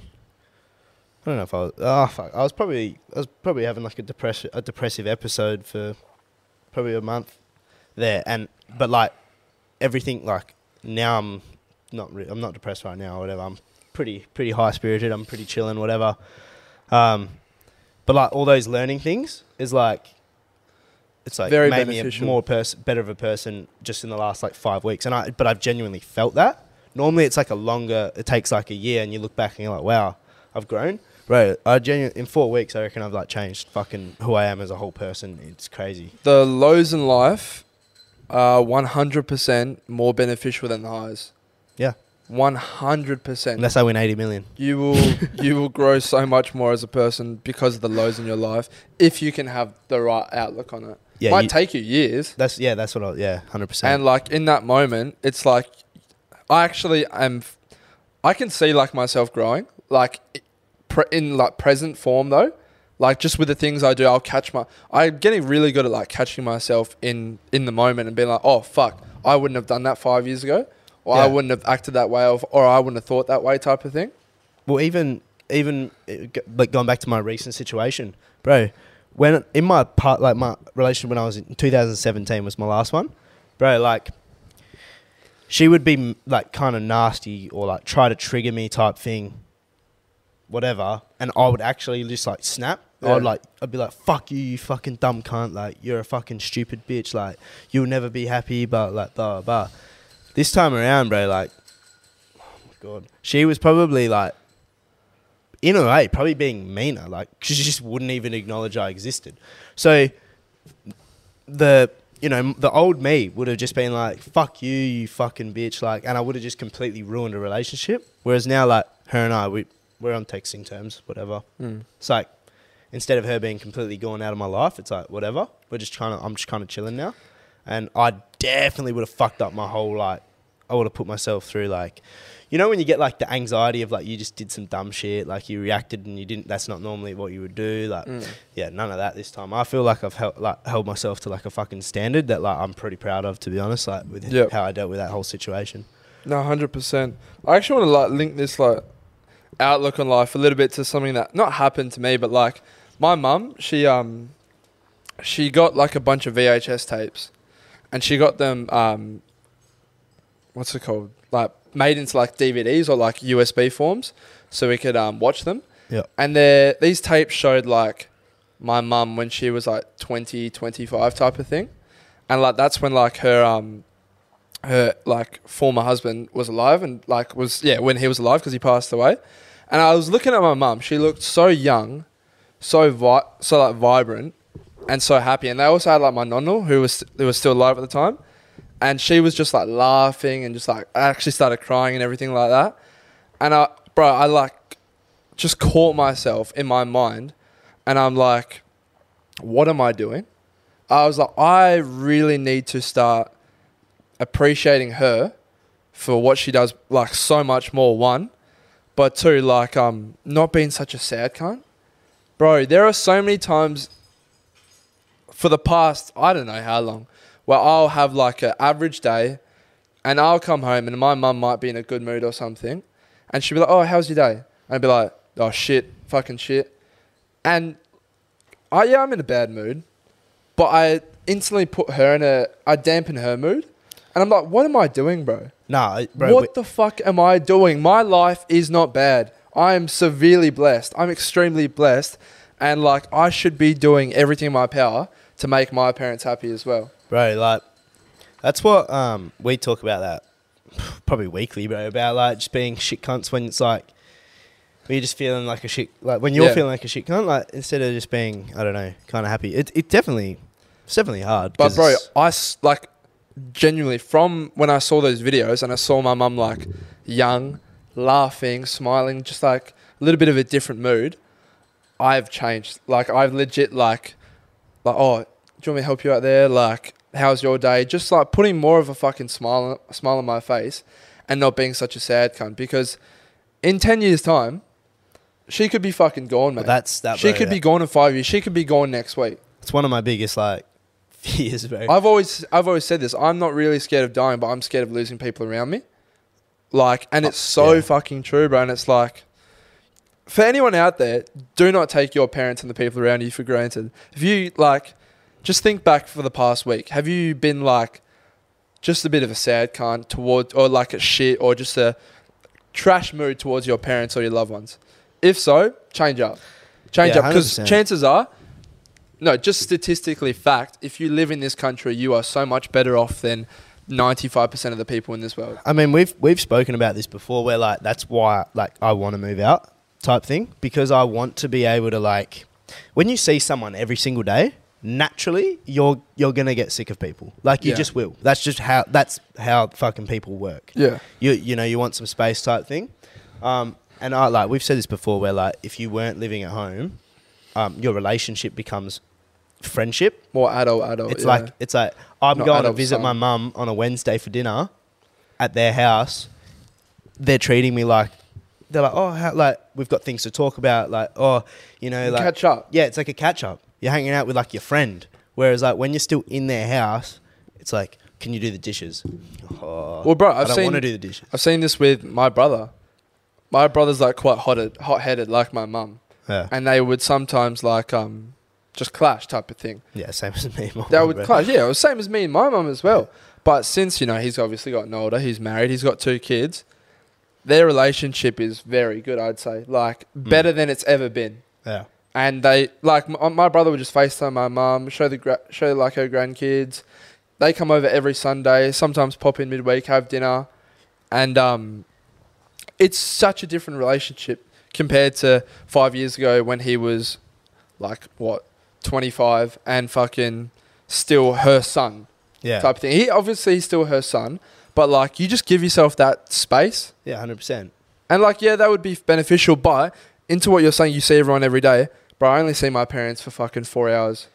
B: I don't know if I was. Oh fuck, I was probably, I was probably having like a depression, a depressive episode for probably a month there, and but like everything, like now I'm not, re- I'm not depressed right now or whatever. I'm pretty, pretty high spirited. I'm pretty chilling, whatever. Um, but like all those learning things is like. It's like
A: Very
B: made
A: beneficial.
B: me a more pers- better of a person just in the last like five weeks, and I but I've genuinely felt that normally it's like a longer it takes like a year and you look back and you're like wow i've grown bro i genuinely in four weeks i reckon i've like changed fucking who i am as a whole person it's crazy
A: the lows in life are 100% more beneficial than the highs.
B: Yeah.
A: 100%.
B: and that's how i win 80 million
A: you will you will grow so much more as a person because of the lows in your life if you can have the right outlook on it.
B: yeah
A: Might
B: you-
A: take you years,
B: that's yeah that's what i yeah 100%
A: and like in that moment, it's like I actually am. I can see like myself growing, like i- pre- in like present form though. Like just with the things I do, I'll catch my. I'm getting really good at like catching myself in in the moment and being like, oh fuck, I wouldn't have done that five years ago, or I
B: Yeah.
A: wouldn't have acted that way, or, or I wouldn't have thought that way, type of thing.
B: well even even uh, go- like going back to my recent situation bro when in my part like my relationship when i was in 2017 was my last one bro like she would be m- like kind of nasty or like try to trigger me type thing whatever and i would actually just like snap
A: Yeah.
B: i'd like i'd be like fuck you you fucking dumb cunt like you're a fucking stupid bitch like you'll never be happy but like blah blah blah. this time around bro like oh my god she was probably like in a way, probably being meaner. Like 'cause she just wouldn't even acknowledge I existed. So the you know the old me would have just been like, "Fuck you, you fucking bitch!" Like, and I would have just completely ruined a relationship. Whereas now, like her and I, we we're on texting terms, whatever. It's like instead of her being completely gone out of my life, it's like whatever. We're just trying to. I'm just kind of chilling now, and I definitely would have fucked up my whole like. I would have put myself through like, you know, when you get like the anxiety of like you just did some dumb shit, like you reacted and you didn't. That's not normally what you would do. Like,
A: Mm.
B: yeah, none of that this time. I feel like I've held like held myself to like a fucking standard that like I'm pretty proud of, to be honest. Like with
A: Yep.
B: how I dealt with that whole situation.
A: No, hundred percent. I actually want to like link this like outlook on life a little bit to something that not happened to me, but like my mum, she um, she got like a bunch of VHS tapes, and she got them um, what's it called? Like made into like DVDs or like USB forms, so we could um watch them.
B: Yeah.
A: And they these tapes showed like my mum when she was like 20, 25 type of thing, and like that's when like her um her like former husband was alive and like was yeah when he was alive because he passed away and i was looking at my mum she looked so young so vi- so like vibrant and so happy and they also had like my nonno who was who was still alive at the time and she was just like laughing and just like i actually started crying and everything like that and i bro i like just caught myself in my mind and i'm like what am i doing i was like i really need to start appreciating her for what she does, like so much more. One, but two, like um, not being such a sad cunt, bro. There are so many times for the past I don't know how long where I'll have like an average day, and I'll come home and my mum might be in a good mood or something, and she'll be like, "Oh, how's your day?" And I'll be like, "Oh shit, fucking shit," and I yeah, I'm in a bad mood, but I instantly put her in a I dampen her mood. And I'm like, what am I doing, bro?
B: Nah, I- bro.
A: what the fuck am I doing? My life is not bad. I am severely blessed. I'm extremely blessed, and like I should be doing everything in my power to make my parents happy as well.
B: bro. Like, that's what um we talk about that probably weekly, bro. About like just being shit cunts when it's like when you're just feeling like a shit, like when you're
A: Yeah.
B: feeling like a shit cunt, like instead of just being I don't know, kind of happy. It it definitely it's definitely hard.
A: But
B: 'cause
A: bro,
B: it's-
A: I s- like genuinely from when I saw those videos and I saw my mum like young, laughing, smiling, just like a little bit of a different mood. I've changed. Like I've legit like, like oh, do you want me to help you out there? Like how's your day? Just like putting more of a fucking smile smile on my face, and not being such a sad cunt because in ten years time. She could be fucking gone,
B: well,
A: mate.
B: that's that.
A: she
B: bro,
A: could
B: that-
A: be gone in five years. She could be gone next week.
B: It's one of my biggest like fears, bro.
A: I've always I've always said this. I'm not really scared of dying, but I'm scared of losing people around me. Like, and it's so
B: yeah.
A: fucking true, bro. And it's like, for anyone out there, do not take your parents and the people around you for granted. If you like, just think back for the past week. Have you been like, just a bit of a sad cunt toward, or like a shit, or just a trash mood towards your parents or your loved ones? If so, change up. Change
B: Yeah,
A: up because
B: 100%.
A: chances are, no, just statistically fact, if you live in this country, you are so much better off than 95% of the people in this world.
B: I mean, we've we've spoken about this before. Where like that's why like I want to move out type thing because I want to be able to like when you see someone every single day, naturally you're you're gonna get sick of people. Like you
A: Yeah.
B: just will. That's just how that's how fucking people work.
A: Yeah.
B: You you know you want some space type thing. Um, and I like we've said this before where like if you weren't living at home, um, your relationship becomes friendship
A: More adult, adult.
B: it's
A: Oh, yeah.
B: like it's like I'm
A: Not
B: going to
A: adult
B: visit
A: son.
B: my mum on a Wednesday for dinner at their house. They're treating me like they're like, oh, how, like we've got things to talk about, like oh, you know, like
A: catch up.
B: yeah, it's like a catch up. You're hanging out with like your friend, whereas like when you're still in their house, it's like, can you do the dishes? Oh,
A: Well, bro,
B: I
A: I've
B: don't
A: seen
B: want to do the dishes.
A: I've seen this with my brother. My brother's like quite hot hot headed, like my mum,
B: Yeah,
A: and they would sometimes like um just clash type of thing.
B: yeah, same as me. my
A: They
B: mum,
A: would
B: bro.
A: clash, yeah. It was same as me and my mum as well. But since you know he's obviously gotten older, he's married, he's got two kids. Their relationship is very good, I'd say, like better than it's ever been.
B: Yeah,
A: And they like my, my brother would just FaceTime my mum, show the gra- show like her grandkids. They come over every Sunday, sometimes pop in midweek, have dinner, and um, it's such a different relationship compared to five years ago when he was like what twenty five and fucking still her son
B: yeah,
A: type of thing. He obviously he's still her son, but like you just give yourself that space
B: yeah, hundred percent.
A: and like, yeah, that would be beneficial, but into what you're saying, you see everyone every day. Bro, I only see my parents for fucking four hours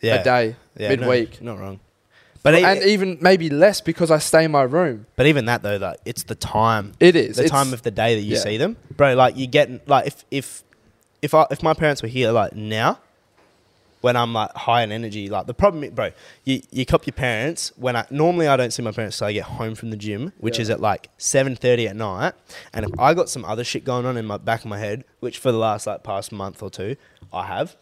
B: Yeah,
A: a day,
B: yeah, no,
A: midweek.
B: not wrong. But e-
A: and even maybe less because I stay in my room.
B: but even that though, like it's the time
A: It is.
B: the
A: It's-
B: time of the day that you
A: yeah.
B: see them, bro. Like you get like if if if I, if my parents were here like now, when I'm like high in energy, like the problem, i- bro, you you cop your parents when I normally I don't see my parents till I get home from the gym, which
A: Yeah.
B: is at like seven thirty at night, and if I got some other shit going on in my back of my head, which for the last like past month or two, I have.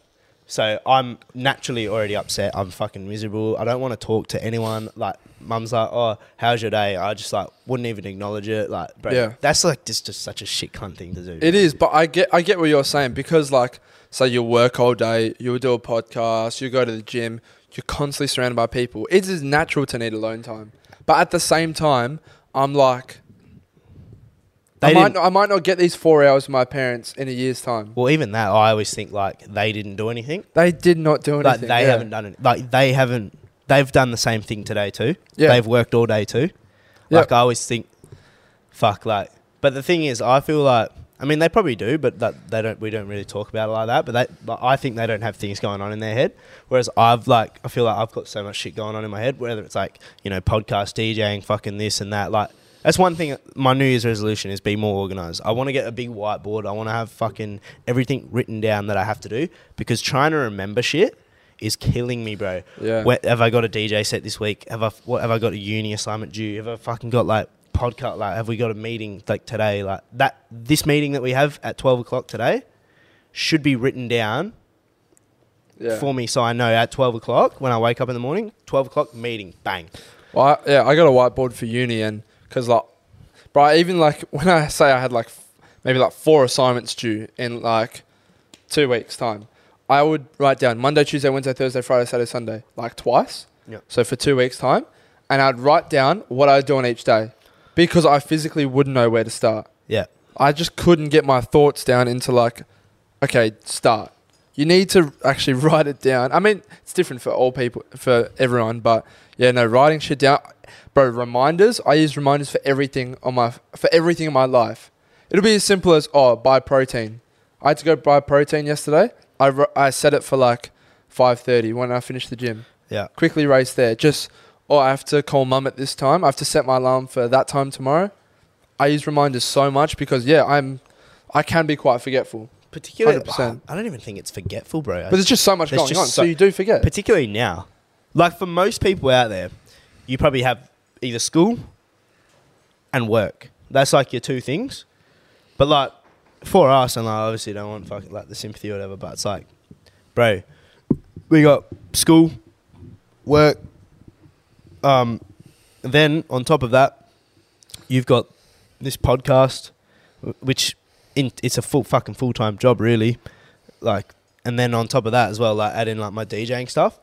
B: So I'm naturally already upset. I'm fucking miserable. I don't want to talk to anyone. Like, mum's like, "Oh, how's your day?" I just like wouldn't even acknowledge it. Like, bro,
A: Yeah.
B: that's like just just such a shit cunt thing to do.
A: It is, but I get I get what you're saying because like say you work all day, you do a podcast, you go to the gym, you're constantly surrounded by people. It is natural to need alone time. But at the same time, I'm like
B: They
A: I might
B: didn't-
A: not, I might not get these four hours with my parents in a year's time.
B: Well, even that, I always think like they didn't do anything.
A: They did not do
B: Like
A: anything.
B: they
A: yeah.
B: haven't done it. Like they haven't. They've done the same thing today too.
A: Yeah.
B: They've worked all day too.
A: Yeah.
B: Like I always think, fuck. Like, but the thing is, I feel like. I mean, they probably do, but that they don't. We don't really talk about it like that. But they, but I think they don't have things going on in their head. Whereas I've like, I feel like I've got so much shit going on in my head. Whether it's like, you know, podcast DJing, fucking this and that. Like, that's one thing. My New Year's resolution is be more organized. I want to get a big whiteboard. I want to have fucking everything written down that I have to do because trying to remember shit is killing me, bro.
A: Yeah.
B: Where- have I got a DJ set this week? Have I what have I got a uni assignment due? Have I fucking got like podcast like have we got a meeting like today? Like that this meeting that we have at twelve o'clock today should be written down
A: Yeah.
B: for me so I know at twelve o'clock when I wake up in the morning, twelve o'clock meeting, bang.
A: Well, I, yeah, I got a whiteboard for uni, and because like, bro, even like when I say I had like f- maybe like four assignments due in like two weeks time. I would write down Monday, Tuesday, Wednesday, Thursday, Friday, Saturday, Sunday, like twice.
B: Yep.
A: So for two weeks time, and I'd write down what I do on each day because I physically wouldn't know where to start.
B: Yeah.
A: I just couldn't get my thoughts down into like, okay, start. You need to actually write it down. I mean, it's different for all people, for everyone, but yeah, no, writing shit down, bro. Reminders. I use reminders for everything on my for everything in my life. It'll be as simple as oh, buy protein. I had to go buy protein yesterday. I ru- I set it for like five thirty when I finished the gym
B: Yeah.
A: quickly race there. Just, oh, I have to call mum at this time. I have to set my alarm for that time tomorrow. I use reminders so much because yeah, I'm, I can be quite forgetful.
B: Particularly,
A: 100%.
B: I don't even think it's forgetful, bro.
A: But there's just so much
B: There's
A: going
B: just
A: on, so,
B: so-
A: you do forget.
B: particularly now. Like for most people out there, you probably have either school and work. That's like your two things. But like for us, and I obviously don't want fucking like the sympathy or whatever, but it's like, bro, we got school, work, um, then on top of that, you've got this podcast, wh- which in, it's a full fucking full time job, really. Like, and then on top of that as well, like add in like my DJing stuff.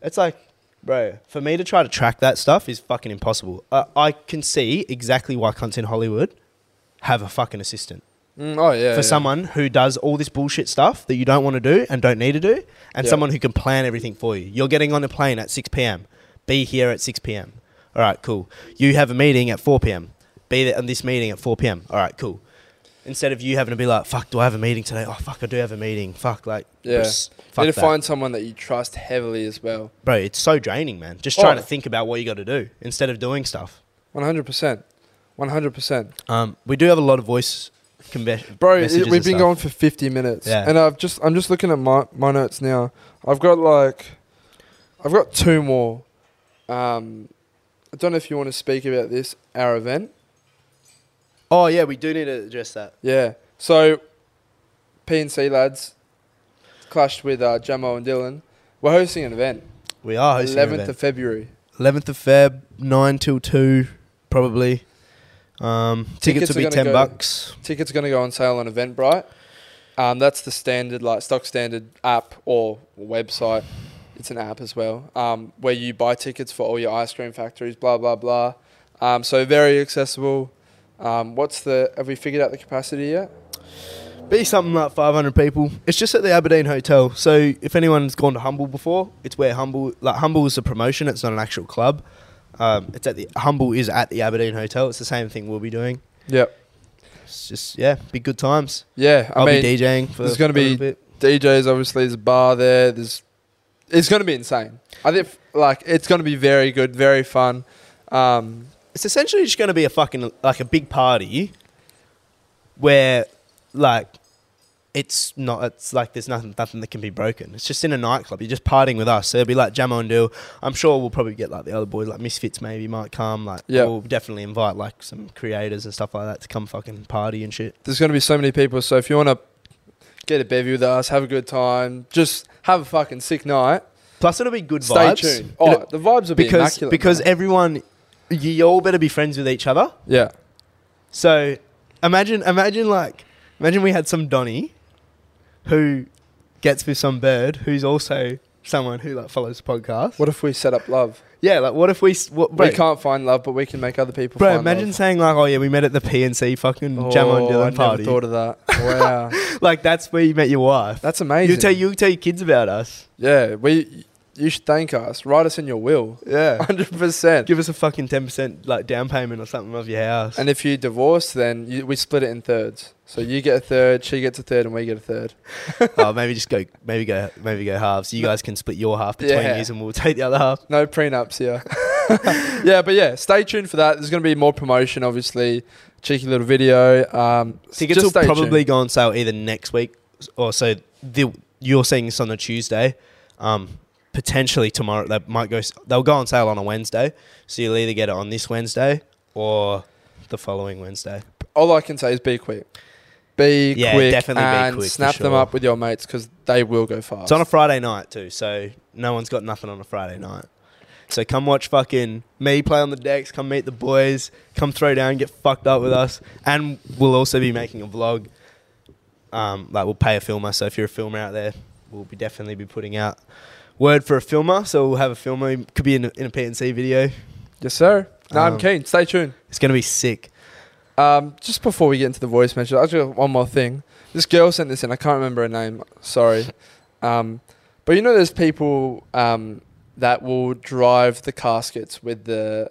B: It's like, bro, for me to try to track that stuff is fucking impossible. I, I can see exactly why cunts in Hollywood have a fucking assistant
A: Mm, oh yeah.
B: for
A: yeah.
B: someone who does all this bullshit stuff that you don't want to do and don't need to do, and
A: Yeah.
B: someone who can plan everything for you. You're getting on a plane at 6 p.m. Be here at 6 p.m. All right, cool. You have a meeting at 4 p.m. Be there on this meeting at 4 p.m. All right, cool. Instead of you having to be like, fuck, do I have a meeting today? Oh, fuck, I do have a meeting. Fuck, like,
A: Yeah.
B: just
A: You
B: fuck
A: need to
B: that.
A: find someone that you trust heavily as well.
B: Bro, it's so draining, man. Just trying
A: Oh.
B: to think about what you got to do instead of doing stuff.
A: One hundred percent. One hundred percent.
B: Um, we do have a lot of voice conve-
A: Bro,
B: messages
A: it,
B: and
A: we've been
B: stuff.
A: going for 50 minutes.
B: Yeah.
A: And I've just I'm just looking at my, my notes now. I've got like I've got two more. Um I don't know if you want to speak about this our event.
B: Oh, yeah, we do need to address that.
A: Yeah. So PNC lads clashed with uh, Jamo and Dylan. We're hosting an event.
B: We are hosting an
A: 11th
B: event.
A: of February.
B: 11th of Feb, 9 till 2, probably. Um, tickets,
A: Tickets
B: will
A: are
B: be
A: gonna
B: 10
A: go-
B: bucks.
A: Tickets are going to go on sale on Eventbrite. Um, that's the standard, like stock standard app or website. It's an app as well, um, where you buy tickets for all your ice cream factories, blah blah blah. Um, so very accessible. Um, what's the? Have we figured out the capacity yet?
B: Be something like 500 people. It's just at the Aberdeen Hotel. So if anyone's gone to Humble before, it's where Humble, like Humble is a promotion. It's not an actual club. Um, it's at the Humble is at the Aberdeen Hotel. It's the same thing we'll be doing.
A: Yep.
B: It's just yeah, be good times.
A: Yeah. I
B: I'll
A: mean,
B: be DJing for.
A: there's gonna
B: a little
A: be-
B: bit.
A: DJs obviously there's a bar there. There's it's going to be insane. I think like it's going to be very good, very fun. Um,
B: it's essentially just going to be a fucking like a big party where like it's not it's like there's nothing nothing that can be broken it's just in a nightclub you're just partying with us so it'll be like jamo and do i'm sure we'll probably get like the other boys like misfits maybe might come like
A: Yeah.
B: we'll definitely invite like some creators and stuff like that to come fucking party and shit
A: there's going to be so many people. So if you want to get a bevy with us, have a good time, just have a fucking sick night.
B: plus it'll be good
A: Stay
B: vibes
A: tuned.
B: It'll-
A: Oh, the vibes will be
B: because
A: immaculate.
B: because e-
A: man.
B: everyone you you all better be friends with each other
A: yeah,
B: So imagine, imagine like, imagine we had some Donny who gets with some bird who's also someone who like follows the podcast.
A: what if we set up love?
B: Yeah, like what if we, s- what, bro,
A: We can't find love, but we can make other people.
B: bro
A: find
B: imagine
A: love.
B: saying like, oh yeah, we met at the PNC fucking
A: Oh,
B: Jamo and
A: I
B: Dylan
A: never
B: party.
A: thought of that. Wow,
B: Like that's where you met your wife.
A: that's amazing.
B: You tell you tell your kids about us.
A: Yeah, we. You should thank us. Write us in your will.
B: Yeah,
A: Hundred percent.
B: give us a fucking ten percent like down payment or something of your house.
A: And if you divorce, then you, we split it in thirds. So you get a third, she gets a third, and we get a third.
B: oh, maybe just go, maybe go, maybe go halves. You guys can split your half between
A: Yeah.
B: you, and we'll take the other half.
A: No prenups here. yeah, but yeah, stay tuned for that. There's going to be more promotion, obviously. Cheeky little video. Um,
B: Tickets
A: just
B: will
A: stay tuned.
B: probably go on sale either next week or so. The, you're seeing this on a Tuesday, um, potentially tomorrow. They might go. s- They'll go on sale on a Wednesday, so you'll either get it on this Wednesday or the following Wednesday.
A: All I can say is be quick. Be
B: Yeah,
A: quick
B: definitely be
A: and
B: quick for
A: snap them
B: sure.
A: up with your mates because they will go fast.
B: It's on a Friday night too, so no one's got nothing on a Friday night. So come watch fucking me play on the decks. Come meet the boys. Come throw down, get fucked up with us, and we'll also be making a vlog. Um, like we'll pay a filmer. So if you're a filmer out there, we'll be definitely be putting out word for a filmer. So we'll have a filmer. He Could be in a, in a PNC video.
A: Yes, sir. No, I'm
B: Um,
A: keen. Stay tuned.
B: It's gonna be sick.
A: Um, just before we get into the voice message, I just got one more thing. This girl sent this in. I can't remember her name. Sorry. Um, but you know, there's people um, that will drive the caskets with the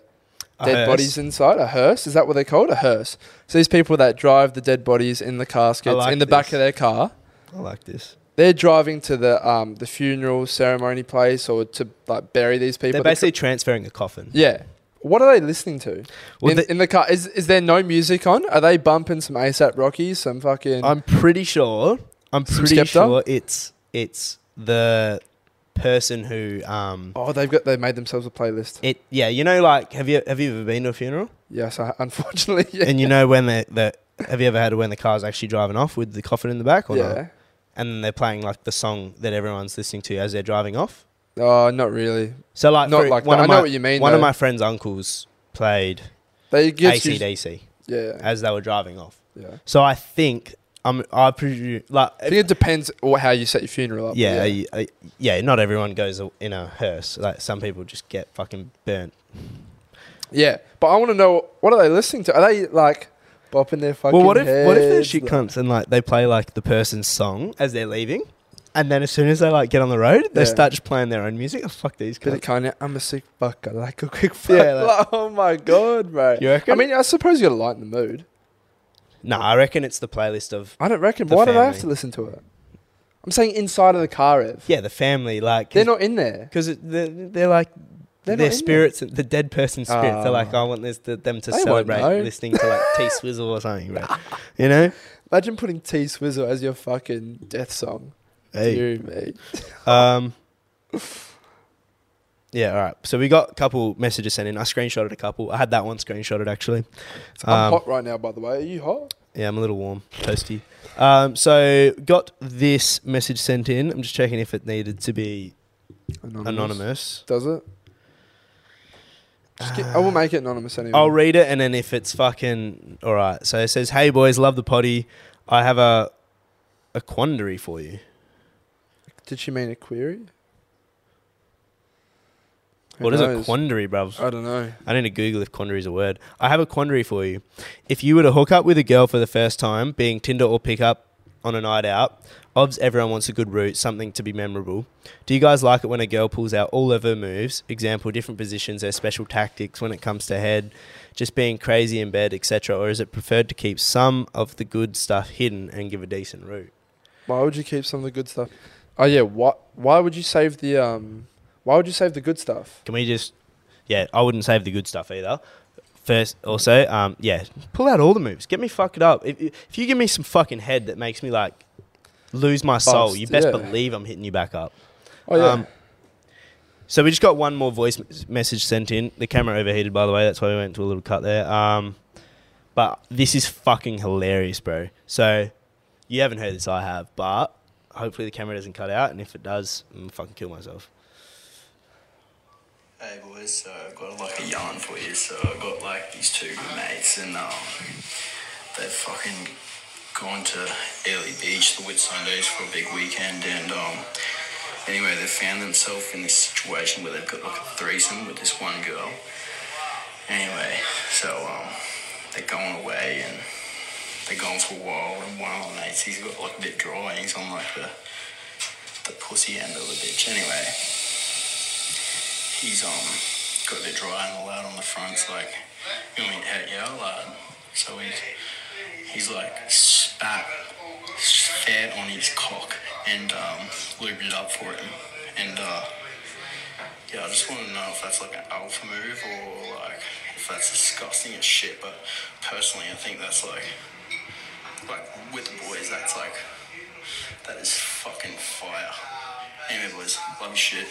B: A
A: dead
B: hearse.
A: bodies inside. A hearse? Is that what they're called? A hearse. So these people that drive the dead bodies in the caskets
B: like
A: in the back
B: this.
A: of their car,
B: I like this.
A: they're driving to the um, the funeral ceremony place or to like bury these people.
B: They're basically transferring a coffin.
A: yeah. What are they listening to?
B: Well,
A: in,
B: they-
A: in the car, is is there no music on? Are they bumping some ASAP Rocky, some fucking?
B: I'm pretty sure. I'm
A: Some
B: pretty
A: Skepta?
B: sure it's it's the person who um
A: oh, they've got they made themselves a playlist.
B: it yeah you know like have you have you ever been to a funeral
A: Yes, I, unfortunately, yeah,
B: and you know when the the have you ever had when the car's actually driving off with the coffin in the back or not
A: yeah.
B: and then they're playing like the song that everyone's listening to as they're driving off
A: Oh, not really.
B: so like
A: Not
B: for-
A: like
B: Uh, one
A: that.
B: of
A: I know
B: my
A: what you mean.
B: one of
A: though.
B: my friend's uncles played
A: they get you-
B: ACDC
A: Yeah,
B: as they were driving off
A: yeah.
B: so I think I'm I presume like
A: I think it depends or how you set your funeral up.
B: yeah, yeah. I, yeah, not everyone goes in a hearse. Like some people just get fucking burnt.
A: yeah. But I want to know what are they listening to? Are they like bopping their fucking?
B: Well, what if what if they're
A: heads,
B: shit
A: like-
B: cunts and like they play like the person's song as they're leaving, and then as soon as they like get on the road, they
A: Yeah.
B: start just playing their own music. Oh fuck these
A: Bit of
B: cunts.
A: Kanye. I'm a sick fucker, like a quick fuck.
B: Yeah, like-
A: Like, oh my god, bro.
B: You reckon?
A: I mean, I suppose you gotta lighten the mood.
B: no, I reckon it's the playlist of
A: I don't reckon.
B: The
A: Why do they have
B: family.
A: to listen to it? I'm saying inside of the car, Ev.
B: yeah the family. Like
A: They're not in there.
B: because they're, they're like.
A: They're
B: their
A: not in
B: spirits, the dead person's spirits.
A: Ah.
B: they're like, I want this, th them to
A: They won't
B: celebrate
A: know.
B: listening to like T Swizzle or something, bro. You know?
A: Imagine putting T Swizzle as your fucking death song. Dear me.
B: Um, yeah, all right. So we got a couple messages sent in. I screenshotted a couple. I had that one screenshotted actually.
A: I'm
B: Um,
A: hot right now, by the way. Are you hot?
B: Yeah, I'm a little warm, toasty. Um, so got this message sent in. I'm just checking if it needed to be
A: Anonymous.
B: anonymous.
A: Does it? Just get, I will make it anonymous anyway.
B: Uh, I'll read it, and then if it's fucking all right. So it says, "Hey boys, love the potty. I have a a quandary for you."
A: Did she mean a query? Who
B: What is a
A: knows?
B: quandary, bruv?
A: I don't know.
B: I need to Google if quandary is a word. I have a quandary for you. If you were to hook up with a girl for the first time, being Tinder or pickup on a night out, odds everyone wants a good route, something to be memorable. Do you guys like it when a girl pulls out all of her moves? Example, different positions, her special tactics when it comes to head, just being crazy in bed, etc. Or is it preferred to keep some of the good stuff hidden and give a decent route?
A: Why would you keep some of the good stuff? Oh yeah. Why? Why would you save the um? Why would you save the good stuff?
B: Can we just? Yeah, I wouldn't save the good stuff either. First, also, um, yeah, pull out all the moves. Get me fucked up. If, if you give me some fucking head that makes me like lose my soul,
A: Bust,
B: you best
A: yeah.
B: believe I'm hitting you back up.
A: Oh yeah.
B: Um, so we just got one more voice mes- message sent in. The camera overheated, by the way. That's why we went to a little cut there. Um, but this is fucking hilarious, bro. So you haven't heard this, I have, but hopefully the camera doesn't cut out. And if it does, I'm gonna fucking kill myself.
C: Hey boys, so I've got like a yarn for you. So I've got like these two good mates, and um, they've fucking gone to Early Beach, the Whit Sundays, for a big weekend. And um, anyway, they found themselves in this situation where they've got like a threesome with this one girl. Anyway, so um, they're going away and they're gone for a while. And one of the mates, he's got like a bit dry, and he's on like the, the pussy end of the bitch. Anyway he's um got a bit dry and all out on the fronts, like you know, heck yeah, lad. So he's he's like spat fat on his cock and um lubed it up for him. And uh yeah, I just wanna know if that's like an alpha move or like if that's disgusting as shit, but personally I think that's like like with the boys that's like that is fucking fire. Anyway boys, love your shit.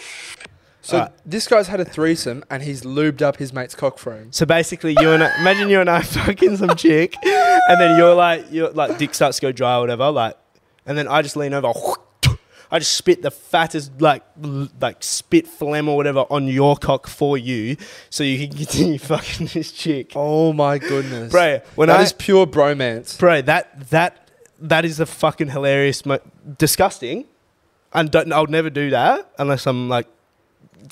A: So
B: Alright.
A: this guy's had a threesome and he's lubed up his mate's cock for him.
B: So basically, you and I, imagine you and I fucking some chick, and then you're like, you're like, dick starts to go dry or whatever, like, and then I just lean over, I I just spit the fattest like l- like spit phlegm or whatever on your cock for you, so you can continue fucking this chick,
A: Oh my goodness,
B: bro. When
A: that
B: I
A: is pure bromance.
B: bro, that that that is the fucking hilarious, mo- disgusting. And don't, I would never do that unless I'm like,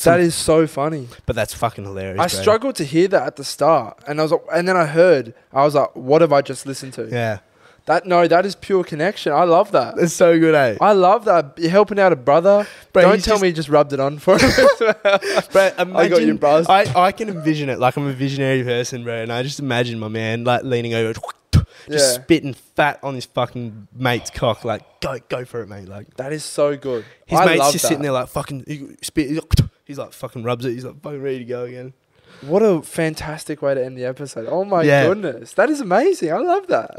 A: that is so funny.
B: but that's fucking hilarious.
A: I
B: bro.
A: struggled to hear that at the start, and I was like, and then I heard, I was like, what have I just listened to?
B: Yeah,
A: That no, that is pure connection. I love that.
B: it's so good, eh?
A: I love that. You're helping out a brother.
B: Bro,
A: Don't
B: he's
A: tell
B: just-
A: me you just rubbed it on for him.
B: Bro,
A: I got you,
B: imagine-
A: bros.
B: I, I can envision it like I'm a visionary person, bro, and I just imagine my man like leaning over, just
A: Yeah.
B: spitting fat on his fucking mate's cock, like go go for it, mate. Like
A: that is so good.
B: his
A: I
B: mate's
A: love
B: just
A: that.
B: sitting there like fucking he spit. He's like, he's like fucking rubs it. He's like fucking ready to go again.
A: What a fantastic way to end the episode. Oh my
B: Yeah.
A: goodness. That is amazing. I love that.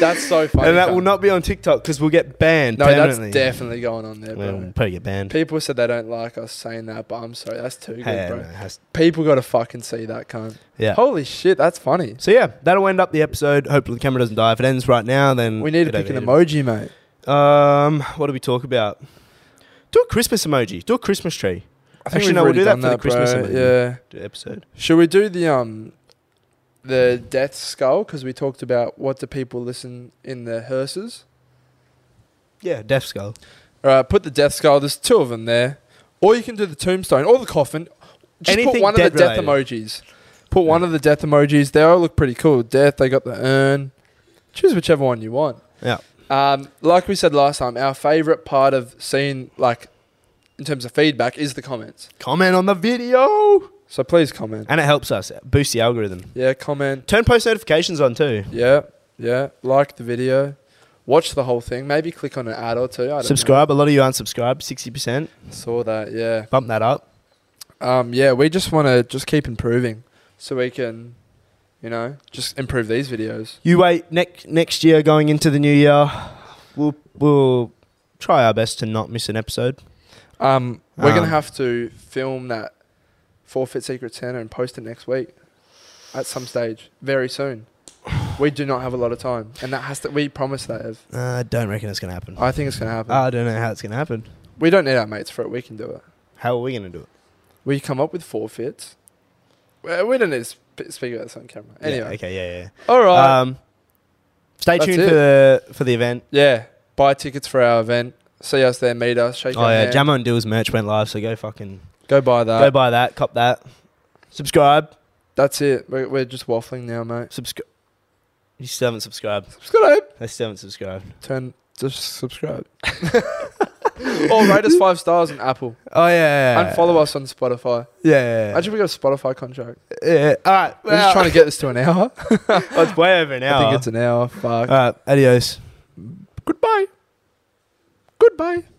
A: that's so funny.
B: and that will
A: cunt.
B: not be on TikTok because we'll get banned.
A: No, that's
B: permanently.
A: definitely going on there,
B: Yeah,
A: bro.
B: we'll probably get banned.
A: People said they don't like us saying that, but I'm sorry. That's too good,
B: Hey,
A: bro.
B: no, it has-
A: People got to fucking see that cunt.
B: yeah.
A: Holy shit, that's funny.
B: So yeah, that'll end up the episode. Hopefully the camera doesn't die. If it ends right now, then
A: We need to
B: get
A: pick an emoji,
B: overheated.
A: mate.
B: Um, what do we talk about? Do a Christmas emoji. Do a Christmas tree.
A: I
B: Actually,
A: we've
B: no, we'll
A: already
B: do that
A: done
B: for the Christmas
A: bro.
B: emoji.
A: Yeah.
B: Do episode.
A: Should we do the um, the death skull? Because we talked about what do people listen in their hearses.
B: Yeah, Death Skull.
A: All right, put the death skull. There's two of them there, or you can do the tombstone or the coffin. Just put
B: Anything
A: one of the death
B: death
A: emojis. Put one of the death emojis. They all look pretty cool. Death. They got the urn. Choose whichever one you want.
B: Yeah.
A: Um, like we said last time, our favorite part of seeing, like, in terms of feedback, is the comments.
B: Comment on the video,
A: So please comment.
B: and it helps us boost the algorithm.
A: Yeah, comment.
B: Turn post notifications on too.
A: Yeah, yeah. Like the video, watch the whole thing. Maybe click on an ad or two. I don't
B: Subscribe. A lot of you unsubscribe. Sixty percent.
A: Know. Saw that. Yeah.
B: Bump that up.
A: Um. Yeah. We just want to just keep improving, so we can, you know, just improve these videos.
B: You wait next next year, going into the new year, we'll we'll try our best to not miss an episode.
A: Um. We're gonna
B: Um,
A: have to film that forfeit secret Santa and post it next week, at some stage, very soon. We do not have a lot of time, and that has to. We promise that. Ev.
B: Uh, I don't reckon it's gonna happen. I,
A: I think it's gonna happen.
B: don't know how it's gonna happen.
A: we don't need our mates for it. We can do it.
B: How are we gonna do it?
A: We come up with forfeits. Well, We don't need to sp- speak about this on camera.
B: Yeah,
A: Anyway,
B: okay. Yeah. Yeah.
A: all right.
B: Um, stay
A: That's
B: tuned
A: it.
B: for the for the event.
A: yeah, buy tickets for our event. See us there. Meet us. Shake
B: Oh
A: our
B: yeah,
A: hand.
B: Jammo and Dill's merch went live, so go fucking
A: Go buy that.
B: go buy that, cop that, subscribe,
A: That's it. We're, we're just waffling now, mate.
B: subscribe. You still haven't subscribed.
A: Subscribe.
B: They still haven't subscribed.
A: Turn. Just subscribe. or rate us five stars on Apple
B: Oh yeah,
A: and follow us on Spotify.
B: Yeah,
A: Actually, we got a Spotify contract.
B: yeah. All right,
A: We're just trying to get this to an hour.
B: oh, it's way over an hour.
A: I
B: Uh,
A: think it's an hour. Fuck.
B: All right, adios.
A: Goodbye. Goodbye.